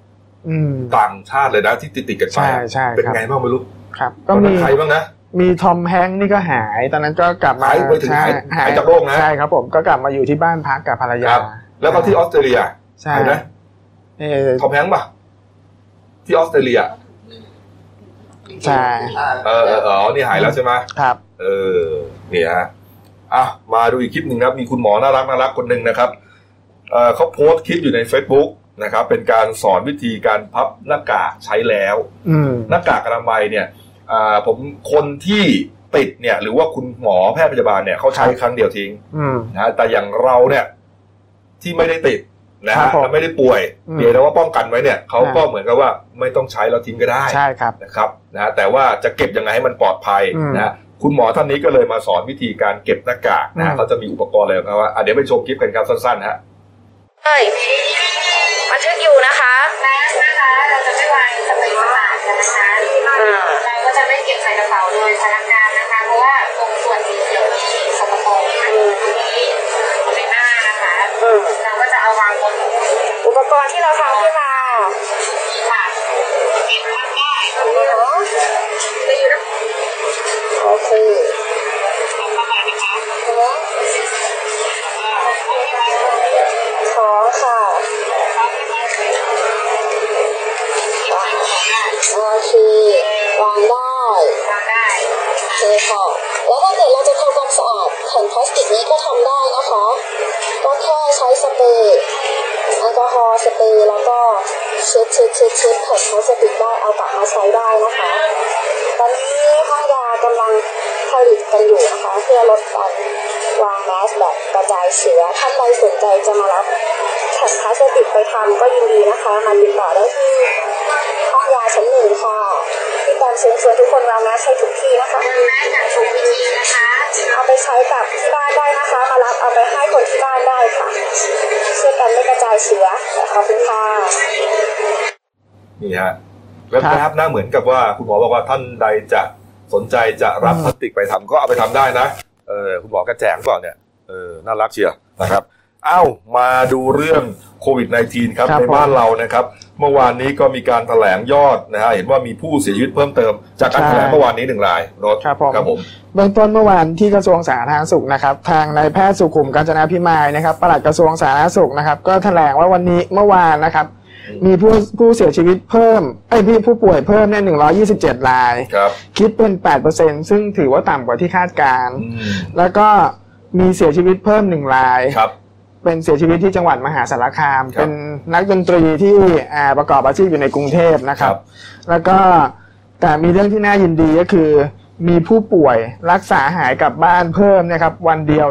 S2: อืม
S1: ต่างชาติเลยนะที่ติดติดๆกันไป
S2: ใช่ใช่
S1: เป็น
S2: ครับ
S1: ไงบ้างไม่รู้
S2: ครับ ก็
S1: ตอนนั้
S2: มี
S1: นใครบ้างนะ
S2: มีทอมแฮงค์นี่ก็หาย ตอนนั้นก็กลับมา
S1: หายไปถึง
S2: ใช่
S1: หายหายจากโรคนะ
S2: ใช่ครับผมก็กลับมาอยู่ที่บ้านพักกับภรรยา
S1: ครับ แล้วก็ที่ออสเตรเลีย
S2: ใช่
S1: เห็นไหม
S2: เออ
S1: ทอมแฮงค์ป่ะที่ออสเตรเลีย
S2: ใช่
S1: เออเออเออนี่หายแล้วใช่ไหม
S2: ครับ
S1: เออเนี่ยฮะอ่ะมาดูอีกคลิปหนึ่งนะครับมีคุณหมอน่ารักน่ารักคนหนึ่งนะครับเอ่อเขาโพสต์คลิปอยู่ใน Facebook นะครับเป็นการสอนวิธีการพับหน้ากากใช้แล้ว
S2: อืม
S1: หน้ากากอนามัยเนี่ยอ่าผมคนที่ติดเนี่ย หรือว่าคุณหมอแพทย์พยาบาลเนี่ยเขาใช้ครั้งเดียวทิ้ง
S2: อืม
S1: นะฮะแต่อย่างเราเนี่ยที่ไม่ได้ติดนะ
S2: ครั
S1: ฮะ
S2: บผม
S1: และไม่ได้ป่วย
S2: อืม
S1: เพียงแต่ว่าป้องกันไว้เนี่ยเขาก็
S2: อ่า
S1: เหมือนกับว่าไม่ต้องใช้แล้วทิ้งก็ได้
S2: ใช่ครับ
S1: นะครับนะฮะแต่ว่าจะเก็บยังไงให้มันปลอดภัย
S2: อืม
S1: นะฮะคุณหมอท่านนี้ก็เลยมาสอนวิธีการเก็บหน้ากากนะฮะ
S2: อืม
S1: เขาจะมีอุปกรณ์อะไรของเขาว่าอ่ะเดี๋ยวไปชมคลิปกันครับสั้นๆฮะ
S3: ใช่บันทึกอยู่นะคะ
S4: แมสนะคะเราจะไม่วางสเปรย์ประสาทกันนะคะ
S3: อืม
S4: เราก็จะไม่เก็บใส่กระเป๋าโดยพนักงานนะคะ เพราะว่าตรงส่วนสีเขียวที่สกปรกมันอยู่ตรงนี้บริเวณหน้านะคะ
S3: อืม
S4: เราก็จะเอาวางบนหัว
S3: อุปกรณ์ที่เราทำขึ้นมา
S4: ค่ะเก็บมันได้
S3: ตรงนี้เนาะ
S4: จะอยู่นะ
S3: โอเค
S4: ทำประมาณนะคะ
S3: เนาะขอค่ะโอเควางได้
S4: วางได้
S3: โอเคค่ะแล้วถ้าเกิดเราจะทำความสะอาดแผ่นพลาสติกนี้ก็ทำได้นะคะ ก็แค่ใช้สเปรย์แอลกอฮอล์สเปรย์แล้วก็เช็ดเช็ดเช็ดเช็ดแผ่นพลาสติกได้เอากลับมาใช้ได้นะคะ ตอนนี้ห้างยากำลังผลิตกันอยู่นะคะ เพื่อลดการวางแมสแบบกระจายเชื้อท่านใดสนใจจะมารับแผ่นพลาสติกไปทำก็ยินดีนะคะ มาติดต่อได้ที่ห้างยาชั้นหนึ่งค่ะที่การเชิญชวนทุกคนวางแมสให้ถูกที่นะคะ
S4: วางได้จากทุกวิธีนะคะ
S3: เอาไปใช้กับที่บ้านได้นะคะ มารับเอาไปให้คนที่บ้านได้ค่ะช่วยกันไม่กระจายเชื้อขอบคุณค่ะ
S1: นี่ฮะแล้ว
S2: ครับ
S1: แรับนะเหมือนกับว่าคุณหมอบอกว่าท่านใดจะสนใจจะรับ
S2: อืม
S1: พลาสติกไปทำก็เอาไปทำได้นะเออคุณหมอกระแจงก่อนเนี่ยเออน่ารักเชียวนะครับ เอ้ามาดูเรื่องโควิด -19 ครับ
S2: ครับ
S1: ใน
S2: ผม
S1: บ้านเรานะครับ เมื่อวานนี้ก็มีการแถลงยอดนะฮะเห็นว่ามีผู้เสียชีวิตเพิ่มเติม จากการแถลงเมื่อวานนี้หนึ่งรายรถ
S2: ครับผม
S1: ครับผม
S2: เบื้องต้นเมื่อวานที่กระทรวงสาธารณสุขนะครับ ทางนายแพทย์สุขุมกาญจนาพิมายนะครับปลัดกระทรวงสาธารณสุขนะครับ ก็แถลงว่าวันนี้เมื่อวานนะครับ มีผู้ผู้เสียชีวิตเพิ่มไอ้ยพี่ผู้ป่วยเพิ่มเนี่ย127 ราย
S1: ครับ
S2: คิดเป็น 8%ซึ่งถือว่าต่ำกว่าที่คาดการณ์
S1: อืม
S2: แล้วก็มีเสียชีวิตเพิ่มหนึ่งราย
S1: ครับ
S2: เป็นเสียชีวิตที่จังหวัดมหาสารคาม
S1: ครับ
S2: เป็นนักดนตรีที่อ่าประกอบอาชีพอยู่ในกรุงเทพนะครั
S1: ครับ บ
S2: แล้วก็แต่มีเรื่องที่น่ายินดีก็คือ มีผู้ป่วยรักษาหายกลับบ้านเพิ่มนะครับ วันเดียว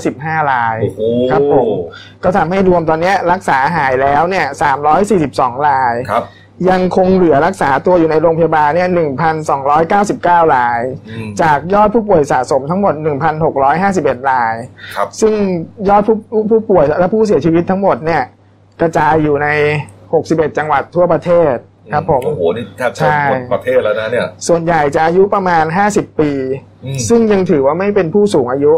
S2: 215 ราย
S1: โอ้โห
S2: ครับผม ก็ทำให้รวมตอนเนี้ยรักษาหายแล้วเนี่ย342 ราย
S1: ครับ
S2: ยังคงเหลือรักษาตัวอยู่ในโรงพยาบาลเนี่ย1,299 ราย
S1: อืม
S2: จากยอดผู้ป่วยสะสมทั้งหมด 1,651 ราย
S1: ครับ
S2: ซึ่งยอดผู้ผู้ป่วยและผู้เสียชีวิตทั้งหมดเนี่ยกระจายอยู่ใน 61 จังหวัดทั่วประเทศครับผม
S1: โอ้โหนี่แทบจะ
S2: ใช่
S1: หมดประเทศแล้วนะเนี่ย
S2: ส่วนใหญ่จะอายุประมาณ 50 ปี
S1: อืม
S2: ซึ่งยังถือว่าไม่เป็นผู้สูงอายุ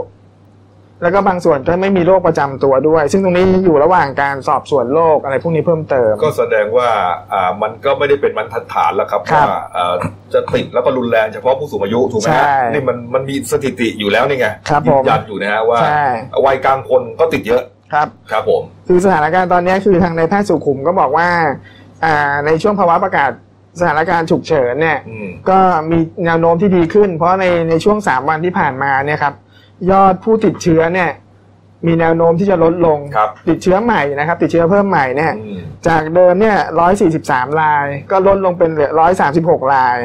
S2: แล้วก็บางส่วนก็ไม่มีโรคประจำตัวด้วย ซึ่งตรงนี้อยู่ระหว่างการสอบสวนโรคอะไรพวกนี้เพิ่มเติม
S1: ก็แสดงว่าอ่ามันก็ไม่ได้เป็นมันทัดฐานแล้วครับ
S2: ครั
S1: ว่า
S2: บ
S1: อ่าจะติดแล้วก็รุนแรงเฉพาะผู้สูงอายุถูกไหมฮะ
S2: ใช่
S1: นี่มันมันมีสถิติอยู่แล้วนี่ไง
S2: ครับ
S1: ยื
S2: ผ
S1: น
S2: ม
S1: ยันอยู่นะฮะว่า
S2: ใช่
S1: วัยกลางคนก็ติดเยอะ
S2: ครับ
S1: ครับผม
S2: คือสถานการณ์ตอนนี้คือทางในายแพทย์สุขุมก็บอกว่าอ่า ในช่วงภาวะประกาศสถานการณ์ฉุกเฉินเนี่ย
S1: อืม
S2: ก็มีแนวโน้มที่ดีขึ้น เพราะในในช่วง 3 วันที่ผ่านมาเนี่ยครับยอดผู้ติดเชื้อเนี่ยมีแนวโน้มที่จะลดลง
S1: ครับ
S2: ติดเชื้อใหม่นะครับ ติดเชื้อเพิ่มใหม่เนี่ย
S1: อืม
S2: จากเดิมเนี่ย 143 ราย ก็ลดลงเป็นเหลือ 136 ราย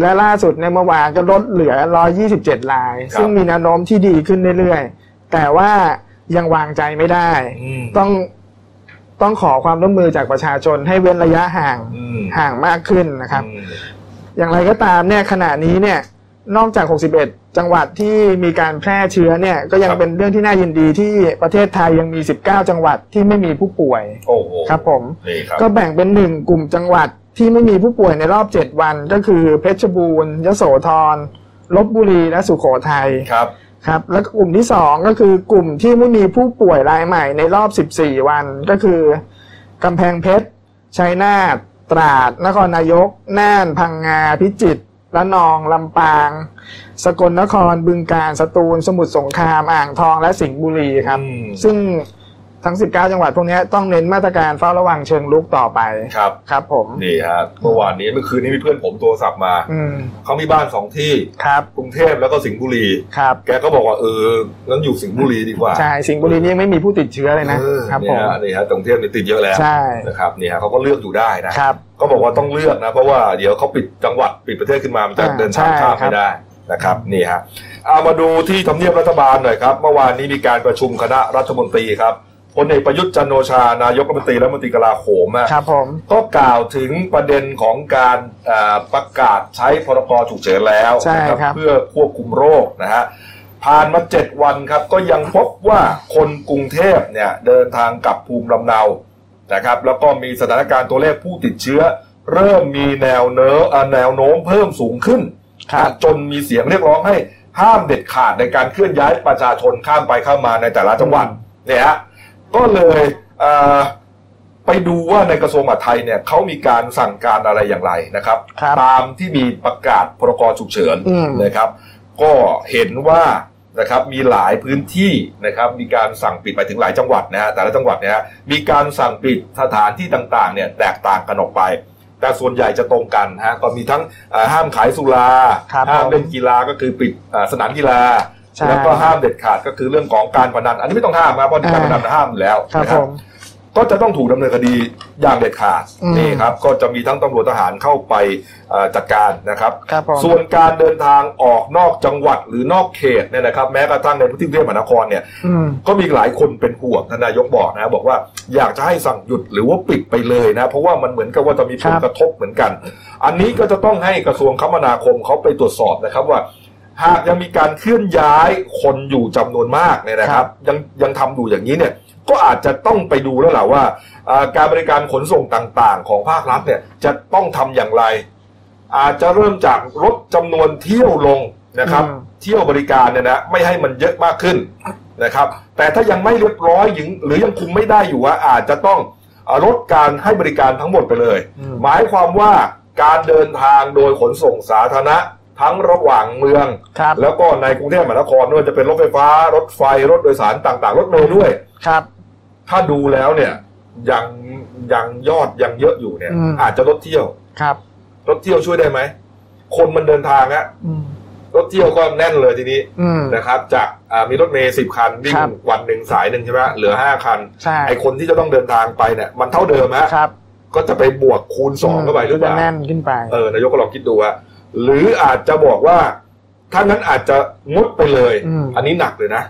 S2: และล่าสุดในเมื่อวานก็ลดเหลือ 127 ราย ซึ่งมีแนวโน้มที่ดีขึ้นเรื่อยๆ แต่ว่ายังวางใจไม่ได้
S1: อืม
S2: ต้องต้องขอความร่วมมือจากประชาชนให้เว้นระยะห่าง
S1: อืม
S2: ห่างมากขึ้นนะครับ
S1: อืม
S2: อย่างไรก็ตามเนี่ยขณะนี้เนี่ยนอกจาก 61 จังหวัดที่มีการแพร่เชื้อเนี่ยก็ยัง
S1: ครับ
S2: เป็นเรื่องที่น่ายินดีที่ประเทศไทยยังมี 19 จังหวัดที่ไม่มีผู้ป่วย
S1: โอ้โห
S2: ครับผม
S1: นี่ครับ
S2: ก็แบ่งเป็นหนึ่งกลุ่มจังหวัดที่ไม่มีผู้ป่วยในรอบ 7 วัน ก็คือเพชรบูรณ์ยโสธรลบบุรีและสุโขทัย
S1: ครับ
S2: ครับ แล้วก็กลุ่มที่ 2 ก็คือกลุ่มที่ไม่มีผู้ป่วยรายใหม่ในรอบ 14 วัน ก็คือกำแพงเพชรชัยนาทตราด นครนายก น่าน พังงา พิจิตรละนองลำปาง สกลนครบึงกาฬสตูล สมุทรสงครามอ่างทองและสิงห์บุรีครับ
S1: อืม
S2: ซึ่งทั้ง 19 จังหวัดพวกนี้ต้องเน้นมาตรการเฝ้าระวังเชิงลุกต่อไป
S1: ครับ
S2: ครับผม
S1: นี่ฮะเมื่อวานนี้เมื่อคืนนี้มีเพื่อนผมโทรศัพท์มา
S2: อืม
S1: เขามีบ้านสองที่
S2: ครับ
S1: กรุงเทพแล้วก็สิงห์บุรี
S2: ครับ
S1: แกก็บอกว่าเอองั้นอยู่สิงห์บุรีดีกว่า
S2: ใช่ สิงห์บุรีนี่ยังไม่มีผู้ติดเชื้อเลยนะ
S1: เออ
S2: ครับผ
S1: นี่
S2: ม
S1: ฮะนี่ฮะกรุงเทพนี่ติดเยอะแล้ว
S2: ใช่
S1: นะครับนี่ฮะเขาก็เลือกอยู่ได้นะครับ ก็บอกว่าต้องเลือกนะ เพราะว่าเดี๋ยวเขาปิดจังหวัดปิดประเทศขึ้นมามันจะ
S2: อ่า
S1: เดินทาง
S2: ใช่
S1: ข้าม
S2: ครั
S1: ไม่
S2: บ
S1: ได้นะครับนี่ฮะเอามาดูที่ทำเนียบรัฐบาลหน่อยครับเมื่อวานนี้มีการประชุมคณะรัฐมนตรีครับพลเอกประยุทธ์จันทร์โอชานายกรัฐมนตรีและรัฐมนตรีกลาโหมอะ
S2: ครับผม
S1: ก็กล่าวถึงประเด็นของการเอ่อประกาศใช้พรกฉุกเฉินแล้ว
S2: ใช่
S1: นะครับ เพื่อควบคุมโรคนะฮะผ่านมาเจ็ดวันครับ ก็ยังพบว่าคนกรุงเทพเนี่ยเดินทางกลับภูมิลำเนานะครับ แล้วก็มีสถานการณ์ตัวเลขผู้ติดเชื้อ เริ่มมีแนวเน้อเอ่อแนวโน้มเพิ่มสูงขึ้น
S2: ครับ
S1: จนมีเสียงเรียกร้องให้ห้ามเด็ดขาดในการเคลื่อนย้ายประชาชนข้ามไปข้ามมาในแต่ละจังหวัดเนี่ยฮะก็เลยเอ่อไปดูว่าในกระทรวงมหาดไทยเนี่ยเขามีการสั่งการอะไรอย่างไรนะครับ
S2: ครับ
S1: ตามที่มีประกาศพรกฉุกเฉิน
S2: อืม
S1: นะครับ ก็เห็นว่านะครับมีหลายพื้นที่นะครับ มีการสั่งปิดไปถึงหลายจังหวัดนะฮะแต่ละจังหวัดเนี่ยฮะมีการสั่งปิดสถานที่ต่างๆเนี่ยแตกต่างกันออกไป แต่ส่วนใหญ่จะตรงกันนะฮะก็มีทั้งเอ่อห้ามขายสุรา
S2: ครับ
S1: ห้ามเล่นกีฬาก็คือปิดเอ่อสนามกีฬา
S2: ใช่
S1: แล้วก็ห้ามเด็ดขาดก็คือเรื่องของการพนัน อันนี้ไม่ต้องห้ามนะเพราะการพนัน
S2: อ่า
S1: ห้ามอยู่แล้ว
S2: ครับ
S1: นะ
S2: ผม
S1: ก็จะต้องถูกดำเนินคดีอย่างเด็ดขาด
S2: อืม
S1: นี่ครับ ก็จะมีทั้งตำรวจทหารเข้าไปเอ่อจัดการนะครับ
S2: ครับผม
S1: ส่วนการเดินทางออกนอกจังหวัดหรือนอกเขตเนี่ยนะครับ แม้กระทั่งในพื้นที่กรุงเทพมหานครเนี่ย
S2: อืม
S1: ก็มีหลายคนเป็นห่วงท่านนายกบอกนะบอกว่าอยากจะให้สั่งหยุดหรือว่าปิดไปเลยนะ เพราะว่ามันเหมือนกับว่าจะมีผล
S2: ครับ
S1: กระทบเหมือนกัน อันนี้ก็จะต้องให้กระทรวงคมนาคมเขาไปตรวจสอบนะครับว่า หากยังมีการเคลื่อนย้ายคนอยู่จำนวนมากเนี่ยนะครับ ยังยังทำอยู่อย่างนี้เนี่ย ก็อาจจะต้องไปดูแล้วแหละว่าอ่าการบริการขนส่งต่างๆ ของภาครัฐเนี่ยจะต้องทำอย่างไร อาจจะเริ่มจากลดจำนวนเที่ยวลงนะครับ
S2: อืม
S1: เที่ยวบริการเนี่ยนะไม่ให้มันเยอะมากขึ้นนะครับ แต่ถ้ายังไม่เรียบร้อยหรือหรือยังคุมไม่ได้อยู่ว่าอาจจะต้องเอ่อลดการให้บริการทั้งหมดไปเลย
S2: อืม
S1: หมายความว่าการเดินทางโดยขนส่งสาธารณะทั้งระหว่างเมือง
S2: ครับ
S1: แล้วก็ในกรุงเทพมหานครด้วยจะเป็นรถไฟฟ้ารถไฟรถโดยสารต่างๆ รถเมล์ด้วย
S2: ครับ
S1: ถ้าดูแล้วเนี่ยยังยังยอดยังเยอะอยู่เนี่ย
S2: อืม
S1: อาจจะลดเที่ยว
S2: ครับ
S1: ลดเที่ยวช่วยได้ไหมคนมันเดินทางอะ
S2: อืม
S1: รถเที่ยวก็แน่นเลยทีนี้
S2: อืม
S1: นะครับ จากอ่ามีรถเมย์สิบคันวิ่ง
S2: ครับ
S1: วันหนึ่งสายหนึ่งใช่ไหมเหลือห้าคัน
S2: ใช่
S1: ไอคนที่จะต้องเดินทางไปเนี่ยมันเท่าเดิมฮะ
S2: ครับ
S1: ก็จะไปบวกคูณสองเข้าไปหรือเปล่า
S2: แน่นขึ้นไป
S1: เออนายกก็ลองคิดดูว่าหรืออาจจะบอกว่า ถ้างั้นอาจจะงดไปเลย
S2: อืม
S1: นนี้หนักเลยนะ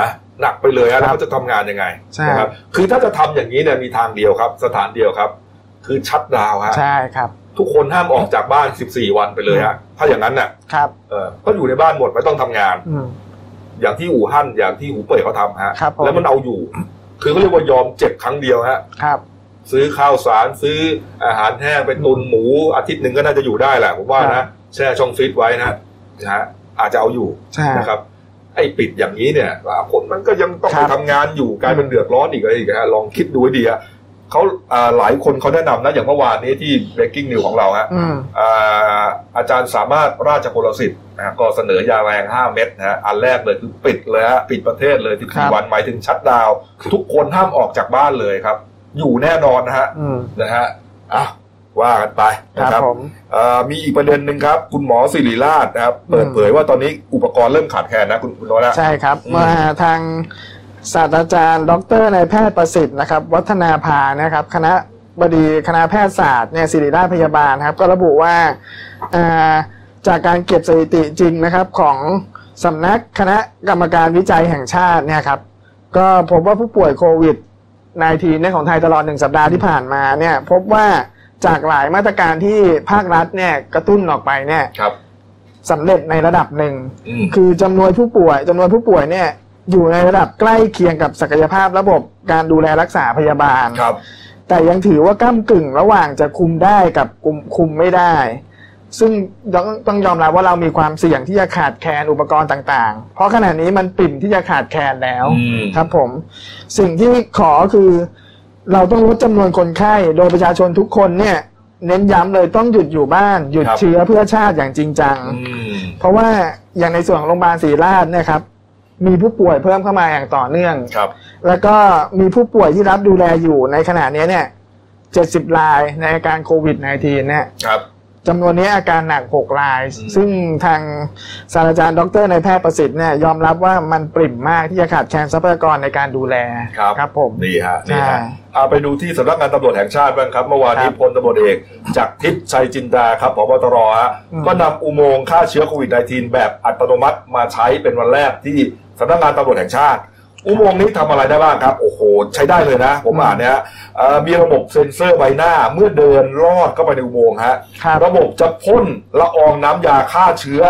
S1: นะหนักไปเลยอะแล้วเขาจะทำงานยังไง
S2: ใช่
S1: นะครับ คือถ้าจะทำอย่างนี้เนี่ยมีทางเดียวครับ สถานเดียวครับ คือชัดดาวน์ฮะ
S2: ใช่ครับ
S1: ทุกคนห้ามออกจากบ้าน 14 วันไปเลยฮะถ้าอย่างนั้นน่ะ
S2: ครับ
S1: เออก็อยู่ในบ้านหมดไม่ต้องทำงาน
S2: อืม
S1: อย่างที่อู่ฮั่นอย่างที่หูเป่ยเขาทำฮะ
S2: ครับผม
S1: แล้วมันเอาอยู่ คือเขาเรียกว่ายอมเจ็บครั้งเดียวฮะ
S2: ครับ
S1: ซื้อข้าวสารซื้ออาหารแห้งไปตุนหมูอาทิตย์หนึ่งก็น่าจะอยู่ได้แหละผมว่า
S2: ครั
S1: นะ
S2: บ
S1: แช่ช่องฟรีซไว้นะนะฮะอาจจะเอาอยู่
S2: ใช่
S1: นะครับ ไอ้ปิดอย่างนี้เนี่ยคนมันก็ยังต้อง
S2: ครั
S1: ไป
S2: บ
S1: ทำงานอยู่กลายเป็นเดือดร้อนอีกอะไรอีกฮะลองคิดดูให้ดีฮะเขาอ่าหลายคนเขาแนะนำนะอย่างเมื่อวานนี้ที่ breaking news ของเราฮะ
S2: อืม
S1: อ่าอาจารย์สามารถราชพลสิทธิ์นะฮะก็เสนอยาแรง 5 เม็ดนะฮะอันแรกเลยคือปิดเลยฮะปิดประเทศเลย
S2: ครับ
S1: 14วันหมายถึงชัดดาวน์ทุกคนห้ามออกจากบ้านเลยครับ อยู่แน่นอนนะฮะ
S2: อืม
S1: นะฮะอ่ะว่ากันไป
S2: ค
S1: นะค
S2: รับ
S1: รับ
S2: ผม
S1: อ่ามีอีกประเด็นหนึ่งครับ คุณหมอสิริราชนะครับ เปิดเผยว่าตอนนี้อุปกรณ์เริ่มขาดแคลนนะคุณคุณโนตนะ
S2: ใช่ครับ
S1: อืม
S2: มาทางศาสตราจารย์ ดรนายแพทย์ประสิทธิ์นะครับ วัฒนาภานะครับ คณะบดีคณะแพทยศาสตร์เนี่ยศิริราชพยาบาลครับ ก็ระบุว่าอ่าจากการเก็บสถิติจริงนะครับของสำนักคณะกรรมการวิจัยแห่งชาติเนี่ยครับก็พบว่าผู้ป่วยโควิด -19 เนี่ยของไทยตลอดหนึ่งสัปดาห์ที่ผ่านมาเนี่ยพบว่าจากหลายมาตรการที่ภาครัฐเนี่ยกระตุ้นออกไปเนี่ย
S1: ครับ
S2: สำเร็จในระดับหนึ่ง
S1: อืม
S2: คือจำนวนผู้ป่วยจำนวนผู้ป่วยเนี่ยอยู่ในระดับใกล้เคียงกับศักยภาพระบบการดูแลรักษาพยาบาล
S1: ครับ
S2: แต่ยังถือว่าก้ากึ่งระหว่างจะคุมได้กับคุมคุมไม่ได้ ซึ่งต้องต้องยอมรับว่าเรามีความเสี่ยงที่จะขาดแคลนอุปกรณ์ต่างๆ เพราะขณะนี้มันปิ่มที่จะขาดแคลนแล้ว
S1: อืม
S2: ครับผมสิ่งที่ขอคือเราต้องลดจำนวนคนไข้โดยประชาชนทุกคนเนี่ยเน้นย้ำเลยต้องหยุดอยู่บ้านหยุดเชื้อเพื่อชาติอย่างจริงจัง
S1: อืม
S2: เพราะว่าอย่างในส่วนของโรงพยาบาลศรีราชเนะครับ มีผู้ป่วยเพิ่มเข้ามาอย่างต่อเนื่อง
S1: ครับ
S2: แล้วก็มีผู้ป่วยที่รับดูแลอยู่ในขณะนี้เนี่ย 70 รายในอาการโควิด -19 เนี่ย
S1: ครับ
S2: จำนวนนี้อาการหนัก 6 ราย
S1: อืม
S2: ซึ่งทางศาสตราจารย์ดรนายแพทย์ประสิทธิ์เนี่ยยอมรับว่ามันปริ่มมากที่จะขาดแคลนทรัพยากรในการดูแล
S1: ครับ
S2: ครับผม
S1: นี่ฮะนี่
S2: ใช่
S1: ฮะเอาไปดูที่สำนักงานตำรวจแห่งชาติบ้างครับ เมื่อวานนี้
S2: ครับ
S1: พลตำรวจเอกจากทิพย์ชัยจินดาครับพบตรฮะ
S2: อืม
S1: ก็นำอุโมงค์ฆ่าเชื้อโควิด -19 แบบอัตโนมัติมาใช้เป็นวันแรกที่สำนักงานตำรวจแห่งชาติ อุโมงค์นี้ทำอะไรได้บ้างครับ โอ้โห ใช้ได้เลยนะ ผมอ่านเนี่ยฮะเอ่อมีระบบเซ็นเซอร์ใบหน้าเมื่อเดินลอดเข้าไปในอุโมงค์ฮะ
S2: ครับ
S1: ระบบจะพ่นละอองน้ำยาฆ่าเชื้อ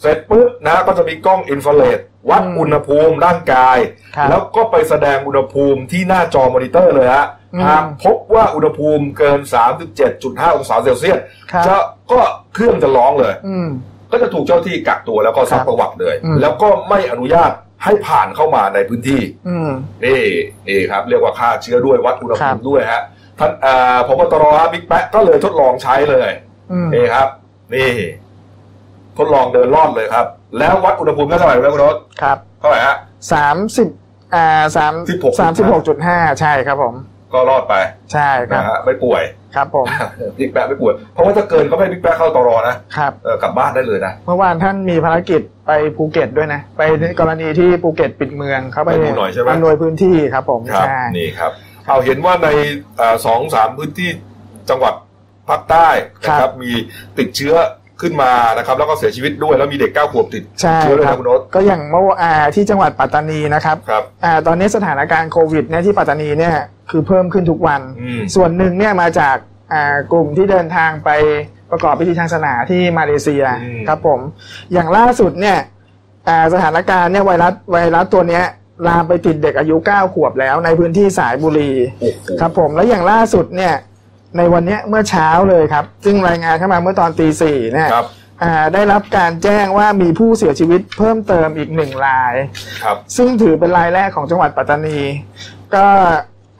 S1: เสร็จปุ๊บนะก็จะมีกล้องอินฟราเรดวัด
S2: อืม
S1: อุณหภูมิร่างกาย
S2: ครับ
S1: แล้วก็ไปแสดงอุณหภูมิที่หน้าจอมอนิเตอร์เลยฮะ
S2: อืม
S1: หากพบว่าอุณหภูมิเกิน 37.5 องศาเซลเซียส
S2: ครับ
S1: จะก็เครื่องจะร้องเลย
S2: อืม
S1: ก็จะถูกเจ้าที่กักตัวแล้วก็ซัก
S2: ครับ
S1: ประวัติเลย
S2: อืม
S1: แล้วก็ไม่อนุญาตให้ผ่านเข้ามาในพื้นที่
S2: อืม
S1: นี่นี่ครับ เรียกว่าฆ่าเชื้อด้วยวัดอุณห
S2: ครั
S1: ภู
S2: บ
S1: มิด้วยฮะท่านอ่าพบตรฮะบิ๊กแป๊ะก็เลยทดลองใช้เลย
S2: อืม
S1: นี่ครับ นี่ทดลองเดินรอดเลยครับ แล้ววัดอุณหภูมิได้เท่าไหร่รู้ไหมคุณรถ
S2: ครับ
S1: เท่าไหร่ฮะ
S2: สามสิบอ่าสาม
S1: 16.5
S2: สามสิบหกจุดห้าใช่ครับผม
S1: ก็รอดไป
S2: ใช่ครับ
S1: นะฮะไม่ป่วย
S2: ครับผม
S1: บิ๊กแปะไม่ป่วย เพราะว่าถ้าเกินก็ไม่ให้บิ๊กแปะเข้าตอรอนะครับ เออกลับบ้านได้เลยนะ
S2: เมื่อวานท่านมีภารกิจไปภูเก็ตด้วยนะ ไปกรณีที่ภูเก็ตปิดเมืองเขาไป
S1: ไปดูหน่อยใช่ไหม
S2: ำนวยพื้นที่ครับผม
S1: ครับ
S2: ใช่
S1: นี่ครับ เอาเห็นว่าในเอ่อสองสามพื้นที่จังหวัดภาคใต้นะครับ มีติดเชื้อขึ้นมานะครับ แล้วก็เสียชีวิตด้วยแล้วมีเด็กเก้าขวบติด
S2: ใช่
S1: เชื้อด้วย
S2: ครับ
S1: นะคุณรถ
S2: ก็อย่างเมื่อวานอ่าที่จังหวัดปัตตานีนะครับ
S1: ครับ
S2: อ่าตอนนี้สถานการณ์โควิดเนี่ยที่ปัตตานีเนี่ยคือเพิ่มขึ้นทุกวัน
S1: อืม
S2: ส่วนหนึ่งเนี่ยมาจากอ่ากลุ่มที่เดินทางไปประกอบพิธีทางศาสนาที่มาเลเซีย
S1: อืม
S2: ครับผม อย่างล่าสุดเนี่ยอ่าสถานการณ์เนี่ยไวรัสไวรัสตัวเนี้ยลามไปติดเด็กอายุ 9 ขวบแล้วในพื้นที่สายบุรี
S1: โอ้โห
S2: ครับผมแล้วอย่างล่าสุดเนี่ยในวันเนี้ยเมื่อเช้าเลยครับ ซึ่งรายงานเข้ามาเมื่อตอนตีสี่เนี่ย
S1: ครับ
S2: อ่าได้รับการแจ้งว่ามีผู้เสียชีวิตเพิ่มเติมอีกหนึ่งราย
S1: ครับ
S2: ซึ่งถือเป็นรายแรกของจังหวัดปัตตานี ก็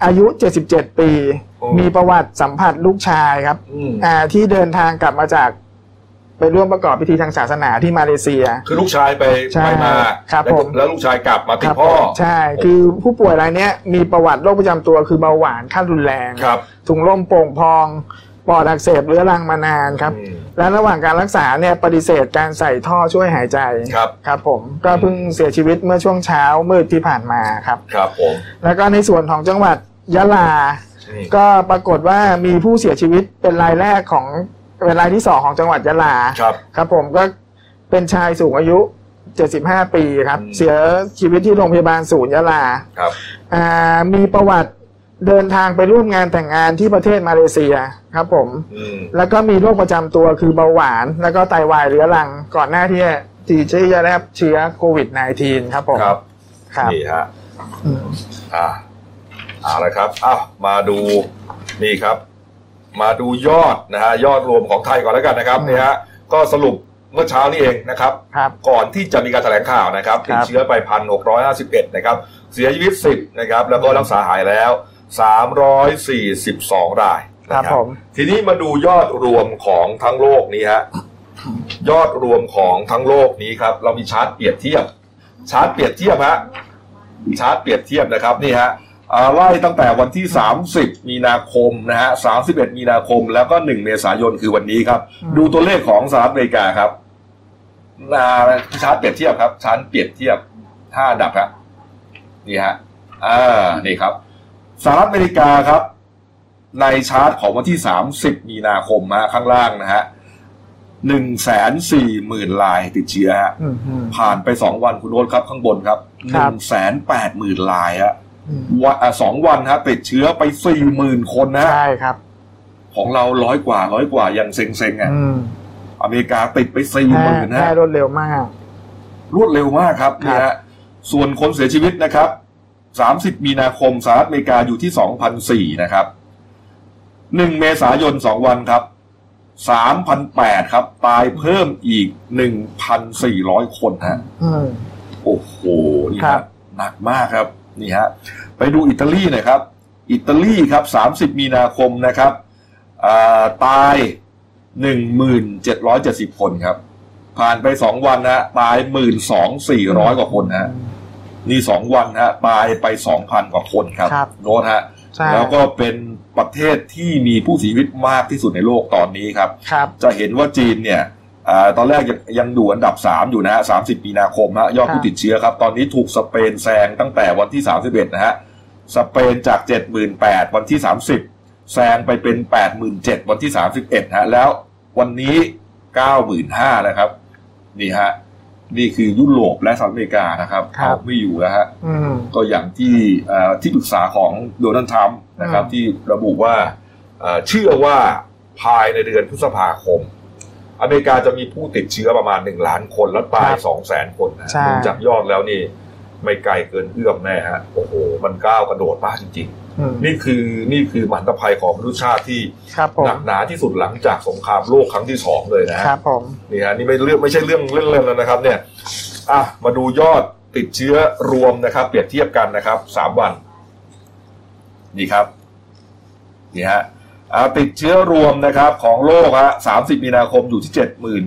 S2: อายุ 77 ปี
S1: โอ้
S2: มีประวัติสัมผัสลูกชายครับ
S1: อืม
S2: อ่าที่เดินทางกลับมาจากไปร่วมประกอบพิธีทางศาสนาที่มาเลเซีย
S1: คือลูกชายไป
S2: ใช่
S1: ไปมา
S2: ครับ
S1: แล้ว
S2: ผม
S1: แล้วลูกชายกลับมาติด
S2: ครับ
S1: พ่อ
S2: ใช่คือผู้ป่วยรายเนี้ยมีประวัติโรคประจำตัวคือเบาหวานขั้นรุนแรง
S1: ครับ
S2: ถุงลมโป่งพอง ปอดอักเสบเรื้อรังมานานครับ
S1: อืม
S2: และระหว่างการรักษาเนี่ยปฏิเสธการใส่ท่อช่วยหายใจ
S1: ครับ
S2: ครับผมก็เพิ่งเสียชีวิตเมื่อช่วงเช้ามืดที่ผ่านมาครับ
S1: ครับผม
S2: แล้วก็ในส่วนของจังหวัดยะลา
S1: อืม
S2: ก็ปรากฏว่ามีผู้เสียชีวิตเป็นรายแรกของเป็นรายที่สองของจังหวัดยะลา
S1: ครับ
S2: ครับผมก็เป็นชายสูงอายุ 75 ปีครับ
S1: อืม
S2: เสียชีวิตที่โรงพยาบาลศูนย์ยะลา
S1: ครับ
S2: อ่ามีประวัติเดินทางไปร่วมงานแต่งงานที่ประเทศมาเลเซียครับผม
S1: อืม
S2: แล้วก็มีโรคประจำตัวคือเบาหวาน แล้วก็ไตวายเรื้อรังก่อนหน้าที่จะที่จะได้รับเชื้อโควิด -19 ครับผม
S1: ครับ
S2: ครับ
S1: นี่ฮะ
S2: อืม
S1: อ่าเอาละครับอ้าวมาดูนี่ครับ มาดูยอดนะฮะยอดรวมของไทยก่อนแล้วกันนะครับนี่ฮะก็สรุป เมื่อเช้านี้เองนะครับ
S2: ครับ
S1: ก่อนที่จะมีการแถลงข่าวนะครับ
S2: ค
S1: ติ
S2: รั
S1: ด
S2: บ
S1: เชื้อไป 1,651 นะครับ เสียชีวิต 10 นะครับ แล้วก็รักษาหายแล้ว 342 ราย
S2: ค
S1: นะ
S2: รับผม
S1: ทีนี้มาดูยอดรวมของทั้งโลกนี้ฮะ ยอดรวมของทั้งโลกนี้ครับ เรามีชาร์ตเปรียบเทียบ ชาร์ตเปรียบเทียบฮะ ชาร์ตเปรียบเทียบนะครับนี่ฮะอ่าไล่ตั้งแต่วันที่ 30 มีนาคมนะฮะ 31 มีนาคมแล้วก็ 1 เมษายนคือวันนี้ครับ ดูตัวเลขของสหรัฐอเมริกาครับนาชาร์ตเปรียบเทียบครับชาร์ตเปรียบเทียบห้าอันดับครับนี่ฮะอ่านี่ครับสหรัฐอเมริกาครับ ในชาร์ตของวันที่ 30 มีนาคมฮะข้างล่างนะฮะหนึ่งแสนสี่หมื่นลายติดเชื้อฮะ
S2: อืมอืม
S1: ผ่านไปสองวันคุณโน้ตครับข้างบนครับห
S2: ครั
S1: นึ่
S2: บ
S1: งแสนแปดหมื่นลายฮะ
S2: อืม
S1: วันอ่ะสองวันฮะติดเชื้อไปสี่หมื่นคนนะฮะ
S2: ใช่ครับ
S1: ของเราร้อยกว่าร้อยกว่ายังเซ็งๆอ่ะ
S2: อืม
S1: อเมริกาติดไปสี่
S2: แพ
S1: ห
S2: ร่
S1: มื่น
S2: แพ
S1: นะ
S2: ร่
S1: ฮะ
S2: รวดเร็วมาก
S1: รวดเร็วมากครับ
S2: ครับ
S1: นี่ฮะส่วนคนเสียชีวิตนะครับสามสิบมีนาคมสหรัฐอเมริกาอยู่ที่สองพันสี่นะครับหนึ่งเมษายนสองวันครับสามพันแปดครับ ตายเพิ่มอีกหนึ่งพันสี่ร้อยคนฮะ
S2: อืม
S1: โอ้โหนี่
S2: ค
S1: ค
S2: รั
S1: รับ บหนักมากครับนี่ฮะไปดูอิตาลีหน่อยครับ อิตาลีครับ 30 มีนาคมนะครับอ่าตาย 1,770 คนครับ ผ่านไป 2 วันนะฮะตาย 12,400 กว่าคนนะฮะนี่ 2 วันนะฮะตายไป 2,000 กว่าคนครับ
S2: ครับ
S1: โน้ตฮะ
S2: ใช่
S1: แล้วก็เป็นประเทศที่มีผู้เสียชีวิตมากที่สุดในโลกตอนนี้ครับ
S2: ครับ
S1: จะเห็นว่าจีนเนี่ยอาตอนแรกยังยังดูอันดับ 3 อยู่นะฮะ30 มีนาคมฮะยอด
S2: ครับ
S1: ผู้ติดเชื้อครับ ตอนนี้ถูกสเปนแซงตั้งแต่วันที่ 31 นะฮะ สเปนจาก 78,000 วันที่ 30 แซงไปเป็น 87,000 วันที่ 31 ฮะ แล้ววันนี้ 95,000นะครับ นี่ฮะ นี่คือยุโรปและสหรัฐอเมริกานะครับ
S2: ครับ
S1: เอาไม่อยู่แล้วฮะ
S2: อืม
S1: ก็อย่างที่เอ่อที่ปรึกษาของโดนัลด์ทรัมป์นะครับ
S2: อืม
S1: ที่ระบุว่าเอ่อเชื่อว่าภายในเดือนพฤษภาคม อเมริกาจะมีผู้ติดเชื้อประมาณหนึ่งล้านคน และตายสองแสนคนนะ
S2: ใช่
S1: ดูจากยอดแล้วนี่ไม่ไกลเกินเอื้อมแน่ฮะโอ้โห มันก้าวกระโดดมากจริง
S2: อืม
S1: ๆ นี่คือนี่คือมหันตภัยของมนุษยชาติที่
S2: ครับผ
S1: ห
S2: ม
S1: นักหนาที่สุดหลังจากสงครามโลกครั้งที่สองเลยนะฮะ
S2: ครับผม
S1: นี่ฮะนี่ไม่เรื่องไม่ใช่เรื่องเล่นๆแล้วนะครับ เนี่ยอ่ะมาดูยอดติดเชื้อรวมนะครับ เปรียบเทียบกันนะครับสามวัน นี่ครับนี่ฮะอ่าติดเชื้อรวมนะครับ ของโลกฮะสามสิบมีนาคมอยู่ที่เจ็ดหมื่น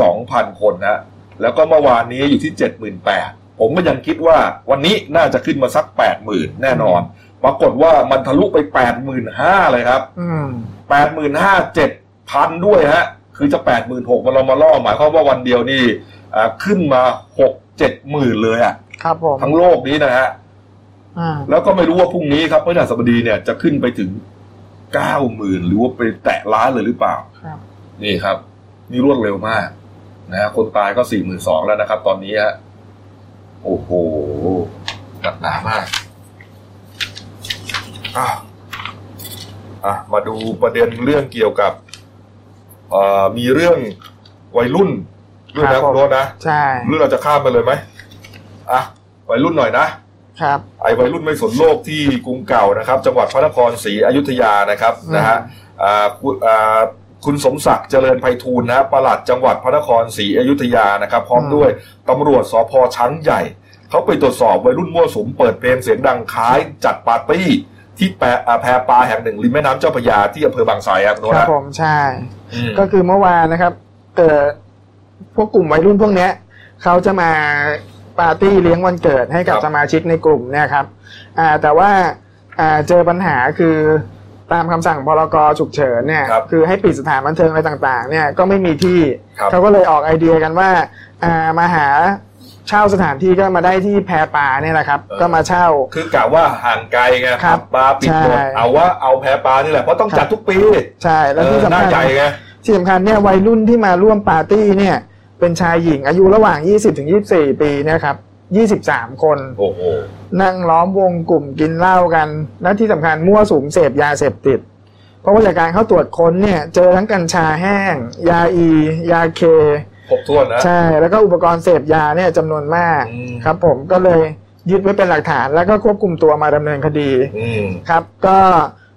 S1: สองพันคนฮะแล้วก็เมื่อวานนี้อยู่ที่เจ็ดหมื่นแปดผมก็ยังคิดว่าวันนี้น่าจะขึ้นมาสักแปดหมื่นแน่นอน ปรากฏว่ามันทะลุไปแปดหมื่นห้าเลยครับ
S2: อืม
S1: แปดหมื่นห้าเจ็ดพันด้วยฮะ คือจะแปดหมื่นหกมันเรามาล่อหมายความว่าวันเดียวนี่อ่าขึ้นมาหกเจ็ดหมื่นเลยอะ
S2: ครับผม
S1: ทั้งโลกนี้นะฮะ
S2: อ่า
S1: แล้วก็ไม่รู้ว่าพรุ่งนี้ครับพฤหัสบดีเนี่ยจะขึ้นไปถึงเก้าหมื่นหรือว่าไปแตะล้านเลยหรือเปล่า
S2: ครับ
S1: นี่ครับ นี่รวดเร็วมากนะฮะคนตายก็สี่หมื่นสองแล้วนะครับ ตอนนี้ฮะโอ้โหหนักหนามากอ้าวอ่ะมาดูประเด็นเรื่องเกี่ยวกับเอ่อมีเรื่องวัยรุ่นด้วย
S2: ครั
S1: นะ
S2: บ
S1: คุณโรสนะ
S2: ใช่
S1: เรื่องเราจะข้ามไปเลยไหมอ่ะวัยรุ่นหน่อยนะ
S2: ครับ
S1: ไอ้วัยรุ่นไม่สนโลกที่กรุงเก่านะครับ จังหวัดพระนครศรีอยุธยานะครับ
S2: อืม
S1: นะฮะอ่าคุณอ่าคุณสมศักดิ์เจริญไพฑูรย์นะฮะปลัดจังหวัดพระนครศรีอยุธยานะครับ พร้อมด้วยตำรวจสพช้างใหญ่ เขาไปตรวจสอบวัยรุ่นมั่วสุมเปิดเพลงเสียงดังคล้ายจัดปาร์ตี้ ที่แปะอ่าแพรปลาแห่งหนึ่งริมแม่น้ำเจ้าพระยาที่อำเภอบางไทรครับโน้ต
S2: ค
S1: นะ
S2: รับผมใช่
S1: อืม
S2: ก็คือเมื่อวานนะครับ เอ่อพวกกลุ่มวัยรุ่นพวกเนี้ยเขาจะมาปาร์ตี้เลี้ยงวันเกิดให้กับสมาชิกในกลุ่มเนี่ยครับ อ่าแต่ว่าอ่าเจอปัญหาคือตามคำสั่งพรกฉุกเฉินเนี่ย
S1: ครับ
S2: อให้ปิดสถานบันเทิงอะไรต่าง ๆ เนี่ยก็ไม่มีที่
S1: ครับ
S2: เขาก็เลยออกไอเดียกันว่า อ่ามาหาเช่าสถานที่ก็มาได้ที่แพรป่าเนี่ยแหละครับ ก็มาเช่า
S1: คือกะว่าห่างไกลไง
S2: ครับ
S1: ปลาปิดหมด
S2: ใช่
S1: เอาว่าเอาแพรปลานี่แหละเพราะต้อง
S2: ครับ
S1: จัดทุกปี
S2: ใช่แล้วที่
S1: เออ
S2: สำ
S1: หน้า
S2: คัญ
S1: ใหญ่ไง
S2: ที่สำคัญเนี่ยวัยรุ่นที่มาร่วมปาร์ตี้เนี่ยเป็นชายหญิงอายุระหว่าง 20ถึง24 ปีเนะครับ 23 คน
S1: โอ้โห
S2: นั่งล้อมวงกลุ่มกินเหล้ากัน และที่สำคัญมั่วสุมเสพยาเสพติด เพราะว่าจากการเข้าตรวจค้นเนี่ยเจอทั้งกัญชาแห้ง ยาอี ยาเค
S1: ครบถ้วนนะ
S2: ใช่ แล้วก็อุปกรณ์เสพยาเนี่ยจำนวนมาก
S1: อืม
S2: ครับผมก็เลยยึดไว้เป็นหลักฐานแล้วก็ควบคุมตัวมาดำเนินคดี
S1: อืม
S2: ครับก็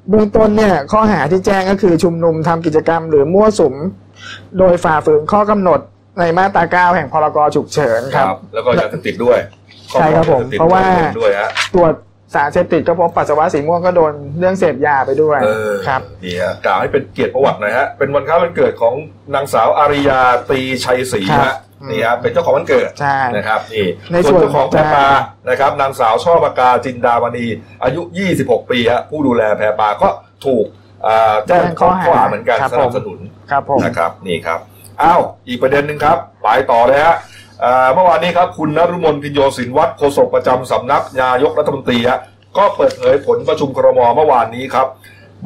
S2: เบื้องต้นเนี่ยข้อหาที่แจ้งก็คือชุมนุมทำกิจกรรมหรือมั่วสุม โดยฝ่าฝืนข้อกำหนด ในมาตราเก้าแห่งพรกฉุกเฉินครับ
S1: แล้วก็ยาเสพติดด้วย
S2: ใช่ครับผม
S1: ข้อลยสพติด
S2: เพราะว่า
S1: ด้วยฮะ
S2: ตรวจสารเสพติดก็พบปัสสาวะสีม่วงก็โดนเรื่องเสพยาไปด้วย
S1: เออ
S2: ครับ
S1: นี่ฮะกล่าวให้เป็นเกียรติประวัติหน่อยฮะเป็นวันคล้ายวันเกิดของนางสาวอาริยาตรีชัยศรี
S2: ครั
S1: ฮะ
S2: บ
S1: นี่ฮะเป็นเจ้าของวันเกิด
S2: ใช่
S1: นะครับนี่
S2: ในส่
S1: ส่ว
S2: วน น
S1: เจ้าของแพร
S2: ใช่
S1: ปลานะครับนางสาวช่อปากาจินดามณีอายุ 26 ปีฮะผู้ดูแลแพรปลาก็ถูกอ่าแจ้งข้อหาเหมือนกัน
S2: ครับ
S1: ส
S2: ผ
S1: นับ
S2: ม
S1: สนุน
S2: ครับผม
S1: นะครับนี่ครับอ้าวอีกประเด็นหนึ่งครับไปต่อเลยฮะเอ่อเมื่อวานนี้ครับคุณนรุมนพินโยศินวัตรโฆษกประจำสำนักนายกรัฐมนตรีฮะก็เปิดเผยผลประชุมครมเมื่อวานนี้ครับ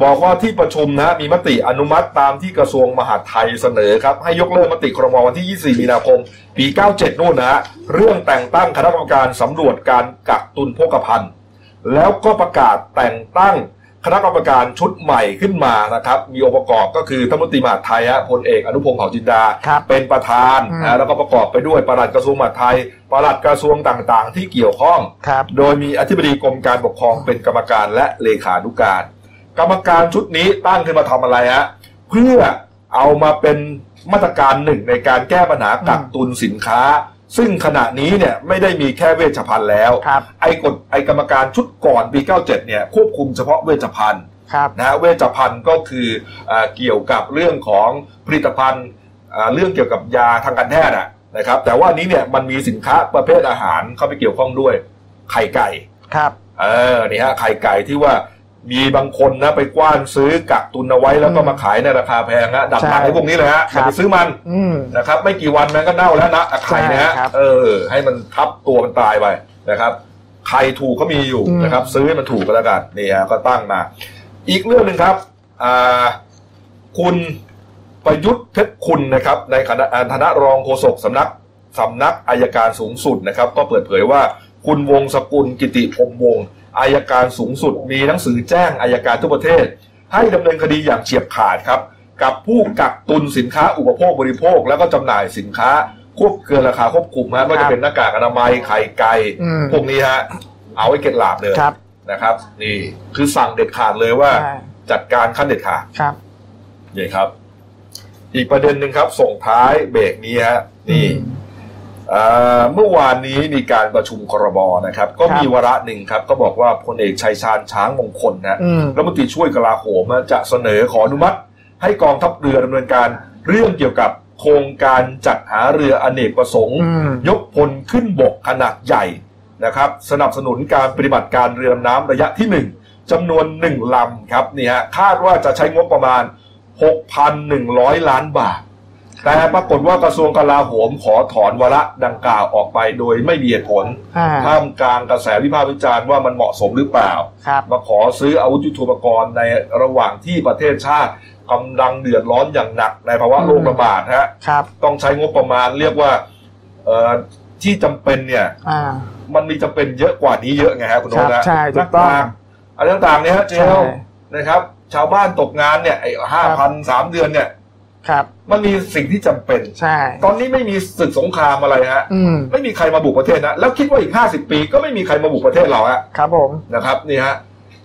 S1: บอกว่าที่ประชุมนะฮะมีมติอนุมัติตามที่กระทรวงมหาดไทยเสนอครับ ให้ยกเลิกมติครมวันที่ 24 มีนาคม ปี 97 นู่นนะฮะเรื่องแต่งตั้งคณะกรรมการสำรวจการกักตุนโภคภัณฑ์ แล้วก็ประกาศแต่งตั้งคณะกรรมการชุดใหม่ขึ้นมานะครับ มีองค์ประกอบก็คือทัฐมนตรีมหาดไทยฮะพลเอกอนุพงศ์เผ่าจินดา
S2: ครับ
S1: เป็นประธาน
S2: อืม
S1: นะแล้วก็ประกอบไปด้วยปลัดกระทรวงมหาดไทยปลัดกระทรวงต่างๆ ที่เกี่ยวข้อง
S2: ครับ
S1: โดยมีอธิบดีกรมการปกครองเป็นกรรมการและเลขานุการ กรรมการชุดนี้ตั้งขึ้นมาทำอะไรฮะเพื่อเอามาเป็นมาตรการหนึ่งในการแก้ปัญหากักตุนสินค้า ซึ่งขณะนี้เนี่ยไม่ได้มีแค่เวชภัณฑ์แล้ว
S2: ครับ
S1: ไอ้กฎไอ้กรรมการชุดก่อนปี 97 เนี่ยควบคุมเฉพาะเวชภัณฑ์
S2: ครับ
S1: นะฮะเวชภัณฑ์ก็คือเออเกี่ยวกับเรื่องของผลิตภัณฑ์เอ่อเรื่องเกี่ยวกับยาทางการแพทย์อะนะครับ แต่ว่าอันนี้เนี่ยมันมีสินค้าประเภทอาหารเข้าไปเกี่ยวข้องด้วย ไข่ไก่
S2: ครับ
S1: เออนี่ฮะไข่ไก่ที่ว่ามีบางคนนะไปกว้านซื้อกักตุนเอาไว้แล้วก็มาขายในราคาแพงฮะดับ
S2: ใช่
S1: หนังไอ้พวกนี้เลยฮะ
S2: ค
S1: อ
S2: รับ
S1: ย่าไปซื้อมัน
S2: อืม
S1: นะครับ ไม่กี่วันมันก็เน่าแล้วนะไข่นะฮะ
S2: ใช่ครับ
S1: เออ ให้มันทับตัวมันตายไปนะครับไข่ถูกเขามีอยู่
S2: อืม
S1: นะครับ ซื้อให้มันถูกก็แล้วกันนี่ฮะก็ตั้งมา อีกเรื่องหนึ่งครับอ่าคุณประยุทธ์เพชรคุณนะครับ ในคณะฐานะรองโฆษกสำนักสำนักอายการสูงสุดนะครับ ก็เปิดเผยว่าคุณวงศกุลกิติพรหมวงศ์อายการสูงสุด มีหนังสือแจ้งอายการทั่วประเทศ ให้ดำเนินคดีอย่างเฉียบขาดครับ กับผู้กักตุนสินค้าอุปโภคบริโภค แล้วก็จำหน่ายสินค้าควบเกินราคาควบคุมฮะไม่ว่าจะเป็นหน้ากากอนามัยไข่ไก่
S2: อืม
S1: พวกนี้ฮะเอาไว้เก็ดหลาบเลย
S2: ครับ
S1: นะครับนี่คือสั่งเด็ดขาดเลยว่า
S2: ใช่
S1: จัดการขั้นเด็ดขาด
S2: ครับ
S1: นี่ครับ อีกประเด็นหนึ่งครับ ส่งท้ายเบรกนี้ฮะนี่เอ่อเมื่อวานนี้มีการประชุมครมนะครับ ก็
S2: ครับ
S1: มีวาระหนึ่งครับ ก็บอกว่าพลเอกชัยชาญช้างมงคลนะ
S2: อืม
S1: รัฐมนตรีช่วยกลาโหมนะจะเสนอขออนุมัติ ให้กองทัพเรือดำเนินการเรื่องเกี่ยวกับโครงการจัดหาเรืออเนกประสงค์
S2: อืม
S1: ยกพลขึ้นบกขนาดใหญ่นะครับ สนับสนุนการปฏิบัติการเรือดำน้ำระยะที่ 1จำนวน 1 ลำครับนี่ฮะคาดว่าจะใช้งบประมาณ 6,100 ล้านบาท แต่ปรากฏว่ากระทรวงกลาโหมขอถอนวาระดังกล่าวออกไปโดยไม่มีเหตุผล
S2: อ่า
S1: ท่ามกลางกระแสวิพากษ์วิจารณ์ว่ามันเหมาะสมหรือเปล่า
S2: ครับ
S1: มาขอซื้ออาวุธยุทโธปกรณ์ในระหว่างที่ประเทศชาติกำลังเดือดร้อนอย่างหนักในภาวะโรคระบาดฮะ
S2: ครับ
S1: ต้องใช้งบประมาณเรียกว่าเอ่อที่จำเป็นเนี่ย
S2: อ่า
S1: มันมีจำเป็นเยอะกว่านี้เยอะไงฮะคุณโน้ต
S2: ครั
S1: นะ
S2: บใช่ถู
S1: หน้าก
S2: ต้อง
S1: กากอะไรต่างๆเนี่ยฮะเจ
S2: ใช่
S1: ลนะครับ ชาวบ้านตกงานเนี่ยไอ้ห้าพันสามเดือนเนี่ย
S2: ครับ
S1: มันมีสิ่งที่จำเป็น
S2: ใช่
S1: ตอนนี้ไม่มีศึกสงครามอะไรฮะ
S2: อืม
S1: ไม่มีใครมาบุกประเทศนะแล้วคิดว่าอีกห้าสิบปีก็ไม่มีใครมาบุกประเทศเราฮะ
S2: ครับผม
S1: นะครับนี่ฮะ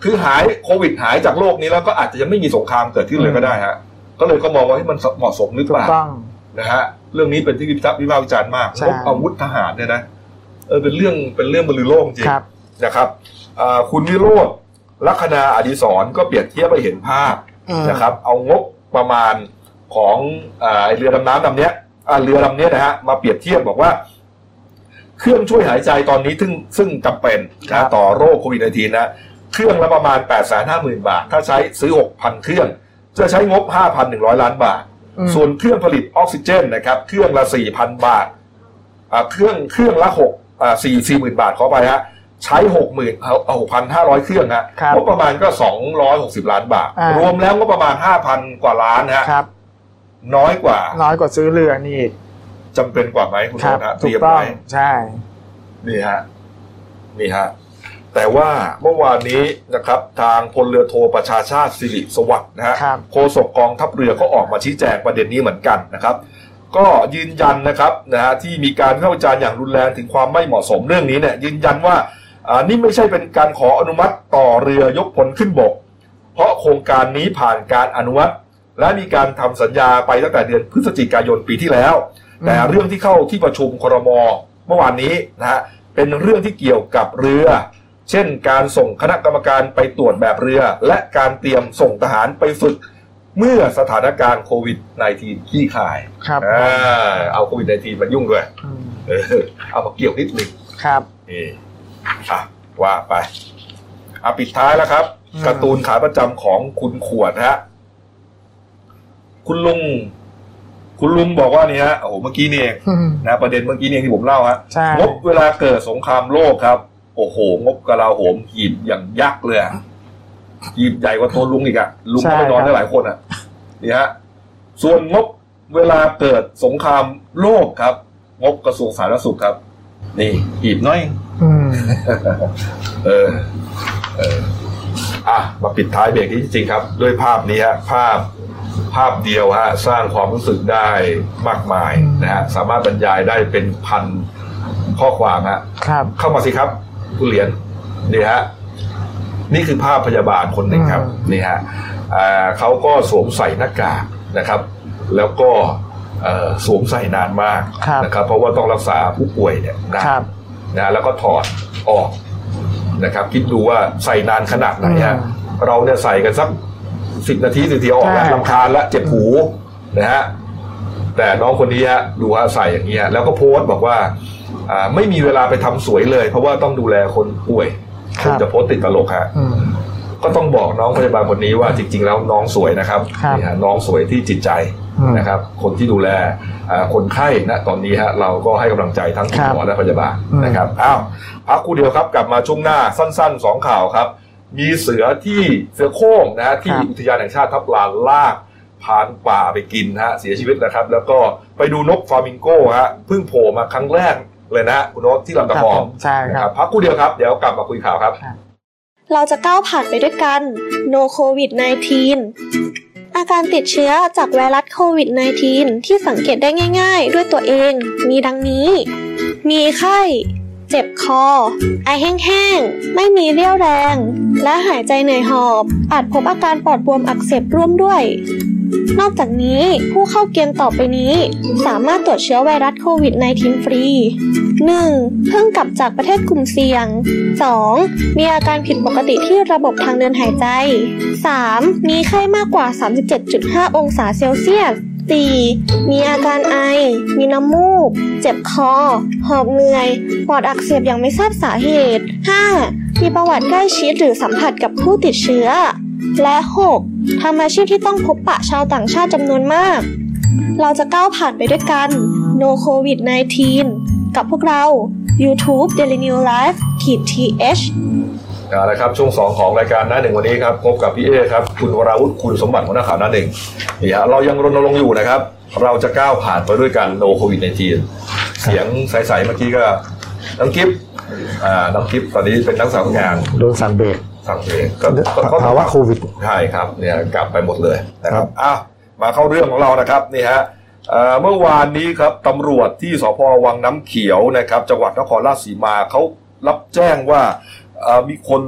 S1: คือหายโควิดหายจากโลกนี้แล้วก็อาจจะยังไม่มีสงครามเกิดขึ้นเลยก็ได้ฮะก็เลยก็มองว่าให้ยมันเหมาะสมหรือเป
S2: ถูก
S1: ล่า
S2: ต้อง
S1: นะฮะเรื่องนี้เป็นที่วิพากษ์วิพากษ์วิจารณ์มาก
S2: ใช่
S1: พวกอาวุธทหารเนี่ยนะเออเป็นเรื่องเป็นเรื่องบรรลือโลกจริง
S2: ครับ
S1: นะครับอ่าคุณวิโรธลัคนาอดีศรก็เปรียบเทียบไปเห็นภาพ
S2: อืม
S1: นะครับ เอางบประมาณของอาไอ้เรือดำน้ำลำเนี้ยอ่าเรือลำเนี้ยนะฮะมาเปรียบเทียบบอกว่า เครื่องช่วยหายใจตอนนี้ซึ่งซึ่งจำเป็นนะต่อโรคโควิด -19 นะ เครื่องละประมาณ 8 5 0 0 0 0 บาท ถ้าใช้ซื้อ 6,000 เครื่อง จะใช้งบ 5,100 ล้านบาท
S2: อืม
S1: ส่วนเครื่องผลิตออกซิเจนนะครับ เครื่องละ 4,000 บาทอ่าเครื่องเครื่องละ6อ่า4 40,000 บาทขอไปฮะ ใช้ 60,000เอาเอา6,500 เครื่องฮะ
S2: ครับ
S1: งบประมาณก็ 260 ล้านบาท
S2: อ่ารร
S1: วมแล้วงบประมาณ 5,000 กว่าล้านฮะ
S2: ครับ
S1: น้อยกว่า
S2: น้อยกว่าซื้อเรือนี่อีก
S1: จำเป็นกว่าไหมคุณ
S2: ค
S1: โท
S2: รับ
S1: ษฮะเต
S2: ถู
S1: รี
S2: ก
S1: ยม
S2: ต้อง
S1: ไว้
S2: ใช่
S1: นี่ฮะนี่ฮะแต่ว่าเมื่อวานนี้นะครับทางพลเรือโทประชาชาติสิริสวัสดิ์นะฮะ
S2: ครับ
S1: โฆษกกองทัพเรือก็ออกมาชี้แจงประเด็นนี้เหมือนกันนะครับ ก็ยืนยันนะครับนะฮะที่มีการเข้าวิจารณ์อย่างรุนแรงถึงความไม่เหมาะสมเรื่องนี้เนี่ยยืนยันว่าอ่านี่ไม่ใช่เป็นการขออนุมัติต่อเรือยกพลขึ้นบก เพราะโครงการนี้ผ่านการอนุมัติ และมีการทำสัญญาไปตั้งแต่เดือนพฤศจิกายนปีที่แล้ว แต่เรื่องที่เข้าที่ประชุมครมเมื่อวานนี้นะฮะเป็นเรื่องที่เกี่ยวกับเรือ เช่น การส่งคณะกรรมการไปตรวจแบบเรือ และการเตรียมส่งทหารไปฝึก เมื่อสถานการณ์โควิด -19 ขี้คลาย
S5: ครับ
S1: อ่าเอาโควิด -19 มายุ่งด้วย
S5: อืม
S1: เออเอามาเกี่ยวนิดหนึ่ง
S5: ครับ
S1: นี่อ่ะว่าไปอ่ะปิดท้ายแล้วครับ
S5: อืม
S1: การ์ตูนขาประจำของคุณขวดฮะ คุณลุง คุณลุงบอกว่านี่ฮะโอ้โหเมื่อกี้นี่เอง
S5: อืม
S1: นะประเด็นเมื่อกี้นี่เองที่ผมเล่าฮะ
S5: ใช่
S1: งบเวลาเกิดสงครามโลกครับ โอ้โห งบกลาโหมหีบอย่างยักษ์เลยอะหีบใหญ่กว่าตัวลุงอีกอะลุงก็ไปนอนได้หลายคนอะนี่ฮะส่วนงบเวลาเกิดสงครามโลกครับ งบกระทรวงสาธารณสุขครับ นี่หีบน้อย
S5: อืม
S1: เออ เออ อ่ะ มาปิดท้ายเบรกนี้จริงๆครับ ด้วยภาพนี้ฮะ ภาพ ภาพเดียวฮะ สร้างความรู้สึกได้มากมายนะฮะ สามารถบรรยายได้เป็นพันข้อความฮะ
S5: ครับ
S1: เข้ามาสิครับคุณเหรียญนี่ฮะนี่คือภาพพยาบาลคนหนึ่งครับ
S5: อืม
S1: นี่ฮะอ่าเขาก็สวมใส่หน้ากากนะครับ แล้วก็เอ่อสวมใส่นานมาก
S5: ครับ
S1: นะครับ เพราะว่าต้องรักษาผู้ป่วยเนี่ยนาน
S5: ครับ
S1: นะแล้วก็ถอดออกนะครับ คิดดูว่าใส่นานขนาดไหนฮะ
S5: อื
S1: เราเนี่ยใส่กันสักสิบนาทีสิบนาทีออกแล้ว
S5: ใช่
S1: ลำคาญละเจ็บหูนะฮะ แต่น้องคนนี้ฮะดูฮะใส่อย่างเงี้ยแล้วก็โพสต์บอกว่าอ่า ไม่มีเวลาไปทำสวยเลย เพราะว่าต้องดูแลคนป่วย
S5: ค
S1: ครับ งจะโพสต์ติดตลกฮะ
S5: อืม
S1: ก็ต้องบอกน้องพยาบาลคนนี้ว่าจริง ๆ แล้วน้องสวยนะครับ
S5: ครับ
S1: นี่ฮะน้องสวยที่จิตใจ
S5: อืม
S1: นะครับ คนที่ดูแลอ่าคนไข้นะตอนนี้ฮะเราก็ให้กำลังใจทั้งคุ
S5: ค
S1: ณ
S5: รับ
S1: หมอและพยาบาล
S5: อืม
S1: นะครับอ้าวพักครู่เดียวครับกลับมาช่วงหน้าสั้นๆสองข่าวครับ มีเสือที่เสือโคร่งนะฮะที่
S5: ครับ
S1: อุทยานแห่งชาติทับลานลากพรานป่าไปกินนะฮะเสียชีวิตนะครับ แล้วก็ไปดูนกฟลามิงโก้ฮะเพิ่งโผล่มาครั้งแรกเลยนะฮะคุณโนกที่ลำตะ
S5: ครับ
S1: คอ
S5: ผ
S1: ง
S5: มใช่
S1: นะครับ พักครู่เดียวครับ เดี๋ยวกลับมาคุยข่าวครับ
S6: เราจะก้าวผ่านไปด้วยกัน No COVID 19 อาการติดเชื้อจากไวรัสโควิด 19 ที่สังเกตได้ง่ายๆ ด้วยตัวเองมีดังนี้ มีไข้ เจ็บคอ ไอแห้งๆ ไม่มีเรี่ยวแรง และหายใจเหนื่อยหอบ อาจพบอาการปอดบวมอักเสบร่วมด้วย นอกจากนี้ผู้เข้าเกณฑ์ต่อไปนี้ สามารถตรวจเชื้อไวรัสโควิด 19 ฟรี 1. เพิ่งกลับจากประเทศกลุ่มเสี่ยง 2. มีอาการผิดปกติที่ระบบทางเดินหายใจ 3. มีไข้มากกว่า 37.5 องศาเซลเซียส 4. มีอาการไอ มีน้ำมูก เจ็บคอ หอบเหนื่อย ปอดอักเสบอย่างไม่ทราบสาเหตุ 5. มีประวัติใกล้ชิดหรือสัมผัสกับผู้ติดเชื้อ และ 6. ทำอาชีพที่ต้องพบปะชาวต่างชาติจำนวนมาก เราจะก้าวผ่านไปด้วยกัน No COVID 19 กับพวกเรา YouTube Daily New Life ขีด th
S1: เอาละครับช่วงสองของรายการหน้าหนึ่งวันนี้ครับพบกับพี่เอครับคุณวราวุฒิคุณสมบัติหัวหน้าข่าวหน้าหนึ่งนี่ฮะเรายังรณรงค์อยู่นะครับ เราจะก้าวผ่านไปด้วยกันโนโควิดในจีนเสียงใสๆเมื่อกี้ก็น้องกิฟต์อ่าน้องกิฟต์ตอนนี้เป็นนักศึกษาฝึกงาน
S2: โดนสั่งเบรก
S1: สั่งเองก็ก็ก็
S2: ภาวะโควิด
S1: ใช่ครับเนี่ยกลับไปหมดเลยนะค
S2: ครั
S1: รับบ อ่ะมาเข้าเรื่องของเรานะครับนี่ฮะเอ่อเมื่อวานนี้ครับตำรวจที่สพวังน้ำเขียวนะครับ จังหวัดนครราชสีมาเขารับแจ้งว่าเอ่อมีคน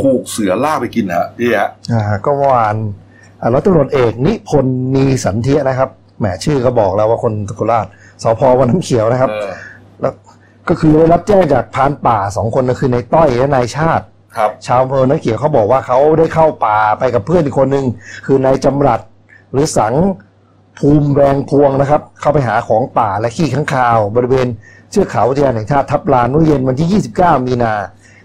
S1: ถูกเสือล่าไปกินฮะนี่ฮะ
S2: อ่าก็เมื่อวานอ่าร้อยตำรวจเอกนิพนธ์มีสันเทียนะครับแหมชื่อก็บอกแล้วว่าคนสกุลราชสพวันน้ำเขียวนะครับ
S1: เออ
S2: แล้วก็คือได้รับแจ้งจากพรานป่าสองคนก็คือนายต้อยและนายชาติ
S1: ครับ
S2: ชาวอำเภอน้ำเขียวเขาบอกว่าเขาได้เข้าป่าไปกับเพื่อนอีกคนหนึ่งคือนายจำรัดหรือสังภูมิแรงพวงนะครับ เข้าไปหาของป่าและขี้ข้างคาว บริเวณเชือกเขาอุทยานแห่งชาติทับลานเมื่อเย็นวันที่ 29 มีนา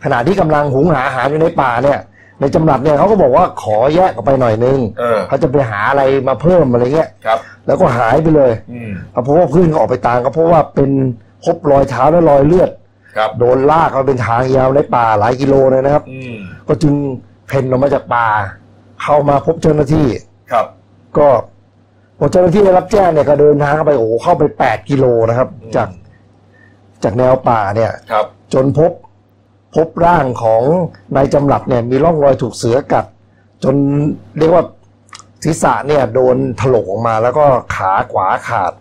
S2: ขณะที่กำลังหุงหาอาหารอยู่ในป่าเนี่ยนายจำรัดเนี่ยเขาก็บอกว่าขอแยกออกไปหน่อยนึง
S1: เออ
S2: เขาจะไปหาอะไรมาเพิ่มอะไรเงี้ย
S1: ครับ
S2: แล้วก็หายไปเลย
S1: อืม
S2: เพราะว่าเพื่อนก็ออกไปตามก็เพราะว่าเป็นพบรอยเท้าและรอยเลือด
S1: ครับ
S2: โดนลากมาเป็นทางยาวในป่าหลายกิโลเลยนะครับ
S1: อืม
S2: ก็จึงเพ่นออกมาจากป่า เข้ามาพบเจ้าหน้าที่
S1: ครับ
S2: ก็พอเจ้าหน้าที่ได้รับแจ้งเนี่ยก็เดินทางเข้าไปโอ้โหเข้าไป 8 กิโลนะครับ
S1: อืม
S2: จากจากแนวป่าเนี่ย
S1: ครับ
S2: จนพบพบร่างของนายจำหลัดเนี่ย มีร่องรอยถูกเสือกัด จนเรียกว่าศีรษะเนี่ย โดนถลกออกมาแล้วก็ขาขวาขาด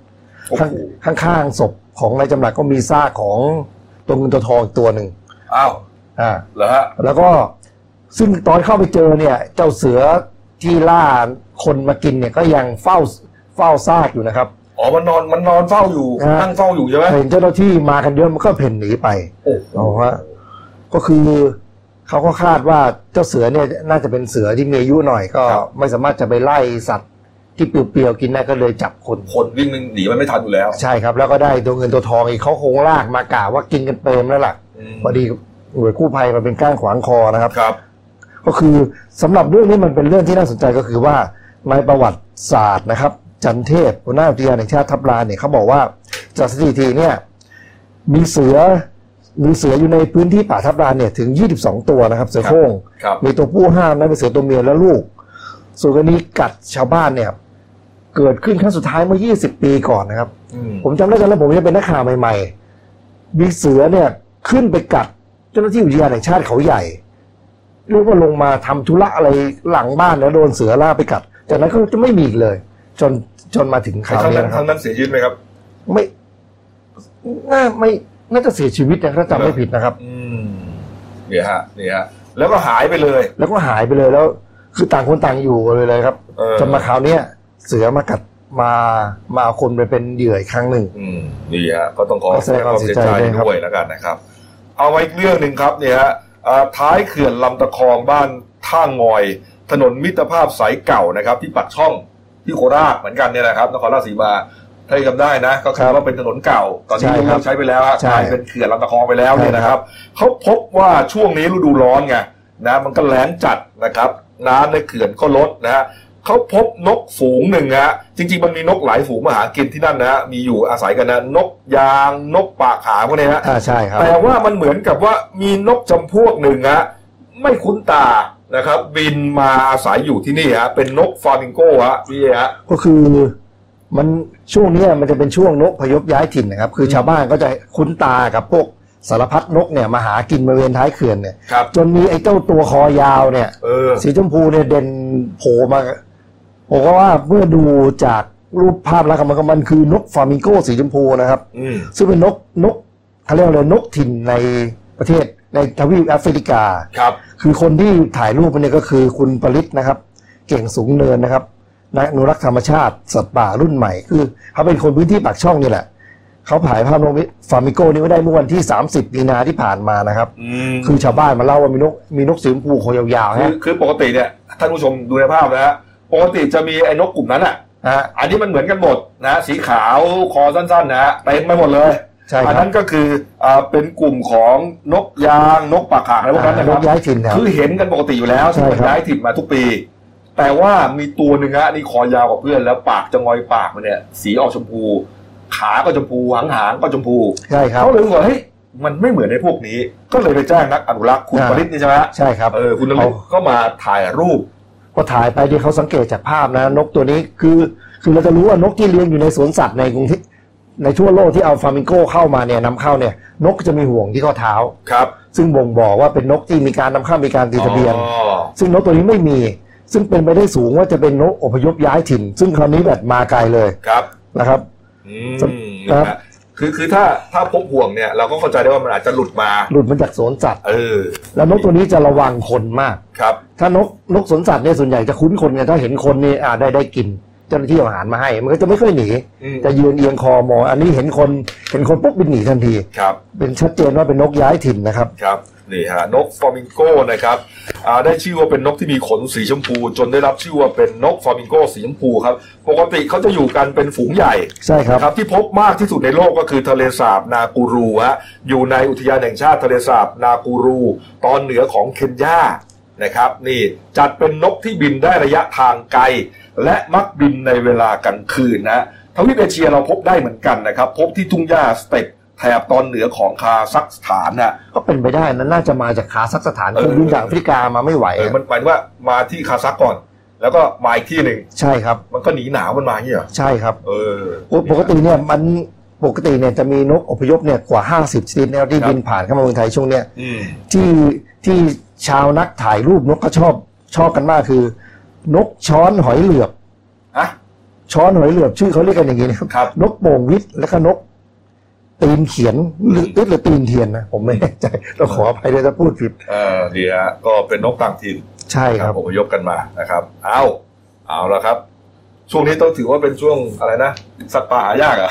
S1: โอ้
S2: ข้าง
S1: โห
S2: ข้างข้างศพของนายจำหลัดก็มีซากของตัวเงินตัวทองอีกตัวหนึ่ง
S1: อ้าว
S2: อ่า
S1: เหรอฮะ
S2: แล้วก็ซึ่งตอนเข้าไปเจอเนี่ย เจ้าเสือที่ล่าคนมากินเนี่ยก็ยังเฝ้าเฝ้าซากอยู่นะครับ
S1: อ๋อมันนอนมันนอนเฝ้าอยู่
S7: อ่า
S1: นั่งเฝ้าอยู่ใช่ไหม
S7: เห็นเจ้าหน้าที่มากันเยอะมันก็เพ่นหนีไป
S1: โอ้โห
S7: เอาฮะก็คือเขาก็คาดว่าเจ้าเสือเนี่ยน่าจะเป็นเสือที่มีอายุหน่อยก็ไม่สามารถจะไปไล่สัตว์ที่เปรียวๆกินได้ก็เลยจับคน
S1: คนวิ่งหนีมันไม่ทันอยู่แล้ว
S7: ใช่ครับ แล้วก็ได้ตัวเงินตัวทองอีกเขาคงลากมากะว่ากินกันเต็มแล้วล่ะ
S1: ม
S7: พอดีหน่วยกู้ภัยมาเป็นก้างขวางคอนะครับ
S1: ครับ
S7: ก็คือสำหรับเรื่องนี้มันเป็นเรื่องที่น่าสนใจก็คือว่าในประวัติศาสตร์นะครับ จันเทพหัวหน้าอุทยานแห่งชาติทับลานเนี่ยเขาบอกว่าจากสถิติเนี่ยมีเสือมีเสืออยู่ในพื้นที่ป่าทับลานเนี่ยถึง 22 ตัวนะครับ เสือโคร่ง
S1: ครับ
S7: มีตัวผู้ห้ามและเป็นเสือตัวเมียและลูก ส่วนกรณีกัดชาวบ้านเนี่ยเกิดขึ้นครั้งสุดท้ายเมื่อ 20 ปีก่อนนะครับ
S1: อืม
S7: ผมจำได้ตอนนั้นผมยังเป็นนักข่าวใหม่ๆ มีเสือเนี่ยขึ้นไปกัดเจ้าหน้าที่อุทยานแห่งชาติเขาใหญ่ เรียกว่าลงมาทำธุระอะไรหลังบ้านแล้วโดนเสือล่ากไปกัด จากนั้นก็จะไม่มีอีกเลย จนจนมาถึง
S1: ค
S7: ข่าว
S1: รั้ง
S7: นี้
S1: นั้น
S7: นะ
S1: ค
S7: ครั
S1: รั้
S7: บ
S1: งนั้นเสียชีวิตไหมครับ
S7: ไม่น่าไม่น่าจะเสียชีวิตนะถ้าจำไม่ผิดนะครับ
S1: อืมเนี่ยฮะเนี่ยฮะ แล้วก็หายไปเลย
S7: แล้วก็หายไปเลยแล้ว คือต่างคนต่างอยู่เลยเลยครับ
S1: เออ
S7: จนมาคราวเนี้ยเสือมากัดมามาเอาคนไปเป็นเหยื่ออีกครั้งหนึ่ง
S1: อืมนี่ฮะก็ต้องขอ
S7: ก็แสดงความเสียใจด้วยครับ
S1: ด้วยแล้วกันนะครับ เอาไว้อีกเรื่องหนึ่งครับเนี่ยฮะอ่าท้ายเขื่อนลำตะคองบ้านท่างอย ถนนมิตรภาพสายเก่านะครับ ที่ปักช่องที่โคราชเหมือนกันเนี่ยนะครับนครราชสีมาถ้าจำได้นะ ก็คือว่าเป็นถนนเก่า ตอนนี้ย
S7: ใช่
S1: ก
S7: ค
S1: เลิ
S7: รับ
S1: กใช้ไปแล้วฮะ
S7: ใช่
S1: กลายเป็นเขื่อนลำตะคองไปแล้วเนี่ยนะครับเขาพบว่าช่วงนี้ฤดูร้อนไงนะมันก็แล้งจัดนะครับ น้ำในเขื่อนก็ลดนะฮะ เขาพบนกฝูงหนึ่งฮะจริง ๆ มันมีนกหลายฝูงมาหากินที่นั่นนะฮะมีอยู่อาศัยกันนะนกยางนกปากขาวพวกเนี้ยฮะ
S7: อ่าใช่ครับ
S1: แต่ว่ามันเหมือนกับว่ามีนกจำพวกหนึ่งฮะไม่คุ้นตานะครับ บินมาอาศัยอยู่ที่นี่ฮะเป็นนกฟลามิงโกฮะพี่เอฮะ
S7: ก็คือมันช่วงเนี้ยมันจะเป็นช่วงนกพยพย้ายถิ่นนะครับ คือ
S1: ม
S7: ชาวบ้านก็จะคุ้นตากับพวกสารพัดนกเนี่ยมาหากินบริเวณท้ายเขื่อนเนี่ย
S1: ครับ
S7: จนมีไอ้เจ้าตัวคอยาวเนี่ย
S1: เออ
S7: สีชมพูเนี่ยเด่นโผล่มาผมก็ว่าเมื่อดูจากรูปภาพแล้วครับมันก็มันคือนกฟลามิงโกสีชมพูนะครับ
S1: อืม
S7: ซึ่งเป็นนกนกเขาเรียกว่าอะไรนกถิ่นในประเทศในทวีปแอฟริกา
S1: ครับ
S7: คือคนที่ถ่ายรูปมันเนี่ยก็คือคุณปริศนะครับ เก่งสูงเนินนะครับนักอนุรักษ์ธรรมชาติสัตว์ป่ารุ่นใหม่คือเขาเป็นคนพื้นที่ปากช่องนี่แหละ เขาถ่ายภาพนกฟามิโก้นี้ไว้ได้เมื่อวันที่ 30มีนาที่ผ่านมานะครับ
S1: อืม
S7: คือชาวบ้านมาเล่าว่ามีนกมีนกสีชมพูคอยาวๆ
S1: คือ
S7: ฮะ
S1: คือปกติเนี่ยท่านผู้ชมดูในภาพนะฮะปกติจะมีไอ้นกกลุ่มนั้นอ่ะ
S7: ฮะ
S1: อันนี้มันเหมือนกันหมดนะ สีขาวคอสั้นๆนะฮะเต็มไปหมดเลย
S7: ใช่
S1: อัน
S7: ครั
S1: นั้
S7: บ
S1: นก็คืออ่าเป็นกลุ่มของนกยางนกปากขากอะไรพวกนั้น
S7: อ่า
S1: นะ
S7: น
S1: ครั
S7: ก
S1: บ
S7: ย้ายถิ่นครับ
S1: คือเห็นกันปกติอยู่แล้ว
S7: ใช่
S1: ที่
S7: ครับ
S1: มันย้ายถิ่นมาทุกปี แต่ว่ามีตัวหนึ่งฮะนี่คอยาวกว่าเพื่อนแล้วปากจะงอยปากมันเนี่ย สีออกชมพู ขาก็ชมพูหางหางก็ชมพู
S7: ใช่ครับ
S1: เขาเลยบอกเฮ้ยมันไม่เหมือนในพวกนี้ ก็เลยไปแจ้งนักอนุรักษ์คุณ
S7: อ่า
S1: ปริศนี่ใช่ไหมฮะ
S7: ใช่ครับ
S1: เออคุณนริศก็มาถ่ายรูป
S7: ก็ถ่ายไปที่เขาสังเกตจากภาพนะ นกตัวนี้คือคือเราจะรู้ว่านกที่เลี้ยงอยู่ในสวนสัตว์ในกรุงเทพในทั่วโลกที่เอาฟลามิงโกเข้ามาเนี่ยนำเข้าเนี่ย นกจะมีห่วงที่ข้อเท้า
S1: ครับ
S7: ซึ่งบ่งบอกว่าเป็นนกที่มีการนำเข้ามีการตีทะเบียน
S1: อ๋อ
S7: ซึ่งนกตัวนี้ไม่มี ซึ่งเป็นไปได้สูงว่าจะเป็นนกอพยพย้ายถิ่น ซึ่งคราวนี้แบบมาไกลเลย
S1: ครับ
S7: นะครับ
S1: อืม
S7: ครับ
S1: นะฮะคือคือถ้าถ้าพบห่วงเนี่ย เราก็เข้าใจได้ว่ามันอาจจะหลุดมา
S7: หลุดมาจากสวนสัตว์
S1: เออ
S7: แล้วนกตัวนี้จะระวังคนมาก
S1: ครับ
S7: ถ้านกนกสวนสัตว์เนี่ยส่วนใหญ่จะคุ้นคนไงถ้าเห็นคนนี่อ่าได้ได้กินเจ้าหน้าที่เอาอาหารมาให้ มันก็จะไม่ค่อยหนี
S1: อืม
S7: จะยืนเอียงคอมองอันนี้เห็นคนเห็นคนปุ๊บบินหนีทันที
S1: ครับ
S7: เป็นชัดเจนว่าเป็นนกย้ายถิ่นนะครับ
S1: ครับนี่ฮะนกฟลามิงโกนะครับอ่าได้ชื่อว่าเป็นนกที่มีขนสีชมพู จนได้รับชื่อว่าเป็นนกฟลามิงโกสีชมพูครับปกติเขาจะอยู่กันเป็นฝูงใหญ่
S7: ใช่ครับ
S1: ครับที่พบมากที่สุดในโลกก็คือทะเลสาบนากูรูฮะอยู่ในอุทยานแห่งชาติทะเลสาบนากูรู ตอนเหนือของเคนยานะครับ นี่จัดเป็นนกที่บินได้ระยะทางไกล และมักบินในเวลากลางคืนนะทวีปเอเชียเราพบได้เหมือนกันนะครับ พบที่ทุ่งหญ้าสเต็ปแถบตอนเหนือของคาซัคสถานนะ
S7: ก็เป็นไปได้นะน่าจะมาจากคาซัคสถาน
S1: เออ
S7: คือบินจากแอฟริกามาไม่ไหว
S1: เออมันหมายถึงว่ามาที่คาซัคก่อน แล้วก็มาอีกที่หนึ่ง
S7: ใช่ครับ
S1: มันก็หนีหนาวมันมาอย่างนี้เหรอ
S7: ใช่ครับ
S1: เออ
S7: ปกติเนี่ยมันปกติเนี่ยจะมีนกอพยพเนี่ยกว่า 50 ชนิดนะครับที่
S1: ครับ
S7: บินผ่านเข้ามาเมืองไทยช่วงเนี้ย
S1: อืม
S7: ที่ที่ชาวนักถ่ายรูปนกก็ชอบชอบกันมากคือ นกช้อนหอยเหลือบ
S1: อ่ะ
S7: ช้อนหอยเหลือบชื่อเขาเรียกกันอย่างนี้นะครับ
S1: ครับ
S7: นกโป่งวิทย์แล้วก็นกตีนเขียนหรือติดหรือตีนเทียนนะผมไม่แน่ใจต้องขออภัยด้วยถ้าพูดผิด
S1: เออดีฮะก็เป็นนกต่างถิ่น
S7: ใช่ครับ
S1: อพยพกันมานะครับ เอา เอาละครับ ช่วงนี้ต้องถือว่าเป็นช่วงอะไรนะสัตว์ป่าหายากอ่ะ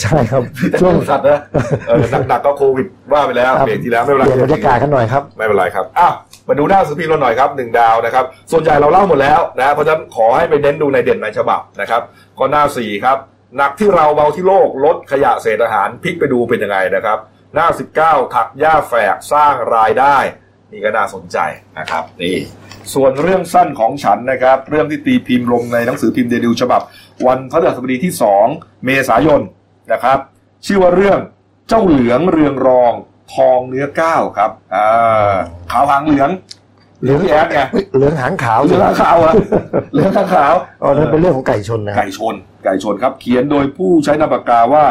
S7: ใช่ครับ
S1: ช่วงสัตว์นะเออหนักๆก็โควิดว่าไปแล้ว
S7: ครับ
S1: เบรกที่แล้วไม่เป็นไร
S7: เปลี่ยนบรรยากาศกันหน่อยครับ
S1: ไม่เป็นไรครับ อ่ะ มาดูหน้าสือพิมพ์เราหน่อยครับหนึ่งดาวนะครับ ส่วนใหญ่เราเล่าหมดแล้วนะ เพราะฉะนั้นขอให้ไปเน้นดูในเด่นในฉบับนะครับ ก็หน้าสี่ครับ หนักที่เราเบาที่โลกลดขยะเศษอาหารพลิกไปดูเป็นยังไงนะครับ หน้า 19 ถักหญ้าแฝกสร้างรายได้ นี่ก็น่าสนใจนะครับ นี่ ส่วนเรื่องสั้นของฉันนะครับ เรื่องที่ตีพิมพ์ลงในหนังสือพิมพ์เดลิวฉบับ วันพฤหัสบดีที่ 2 เมษายนนะครับ ชื่อว่าเรื่องเจ้าเหลืองเรืองรองทองเนื้อก้าวครับอ่าขาวหางเหลืองเหลืองพี่แอดไง
S7: เฮ้ยเหลืองหางขาว
S1: เหลืองขาวอะเหลืองขาว
S7: อ๋อนั่นเป็นเรื่องของไก่ชนนะครับ
S1: ไก่ชน ไก่ชนครับ เขียนโดยผู้ใช้นามปากกาว่า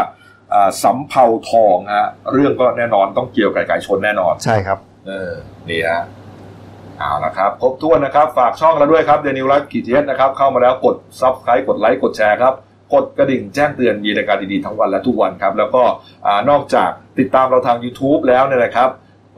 S1: อ่าสำเภาทองฮะ เรื่องก็แน่นอนต้องเกี่ยวกับไก่ชนแน่นอน
S7: ใช่ครับ
S1: เออ นี่ฮะ เอาละครับ ครบถ้วนนะครับ ฝากช่องเราด้วยครับเดนิวไลฟ์กีเทสนะครับ เข้ามาแล้วกดซับสไครต์กดไลค์กดแชร์ครับ กดกระดิ่งแจ้งเตือนมีรายการดีๆทั้งวันและทุกวันครับ แล้วก็อ่านอกจากติดตามเราทาง YouTube แล้วเนี่ยนะครับ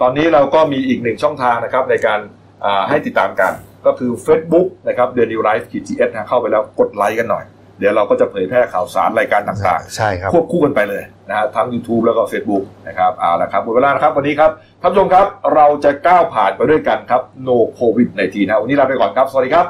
S1: ตอนนี้เราก็มีอีกหนึ่งช่องทางนะครับในการอ่าให้ติดตามกัน ก็คือ Facebook นะครับเดนิวไลฟ์กีเทสนะเข้าไปแล้วกดไลค์กันหน่อย เดี๋ยวเราก็จะเผยแพร่ข่าวสารรายการต่างๆ
S7: ใช่ครับ
S1: ควบคู่กันไปเลยนะฮะทั้ง YouTube แล้วก็ Facebook นะครับเอาละครับหมดเวลานะครับ วันนี้ครับท่านผู้ชมครับ เราจะก้าวผ่านไปด้วยกันครับ No COVID ในทีนะวันนี้ลาไปก่อนครับ สวัสดีครับ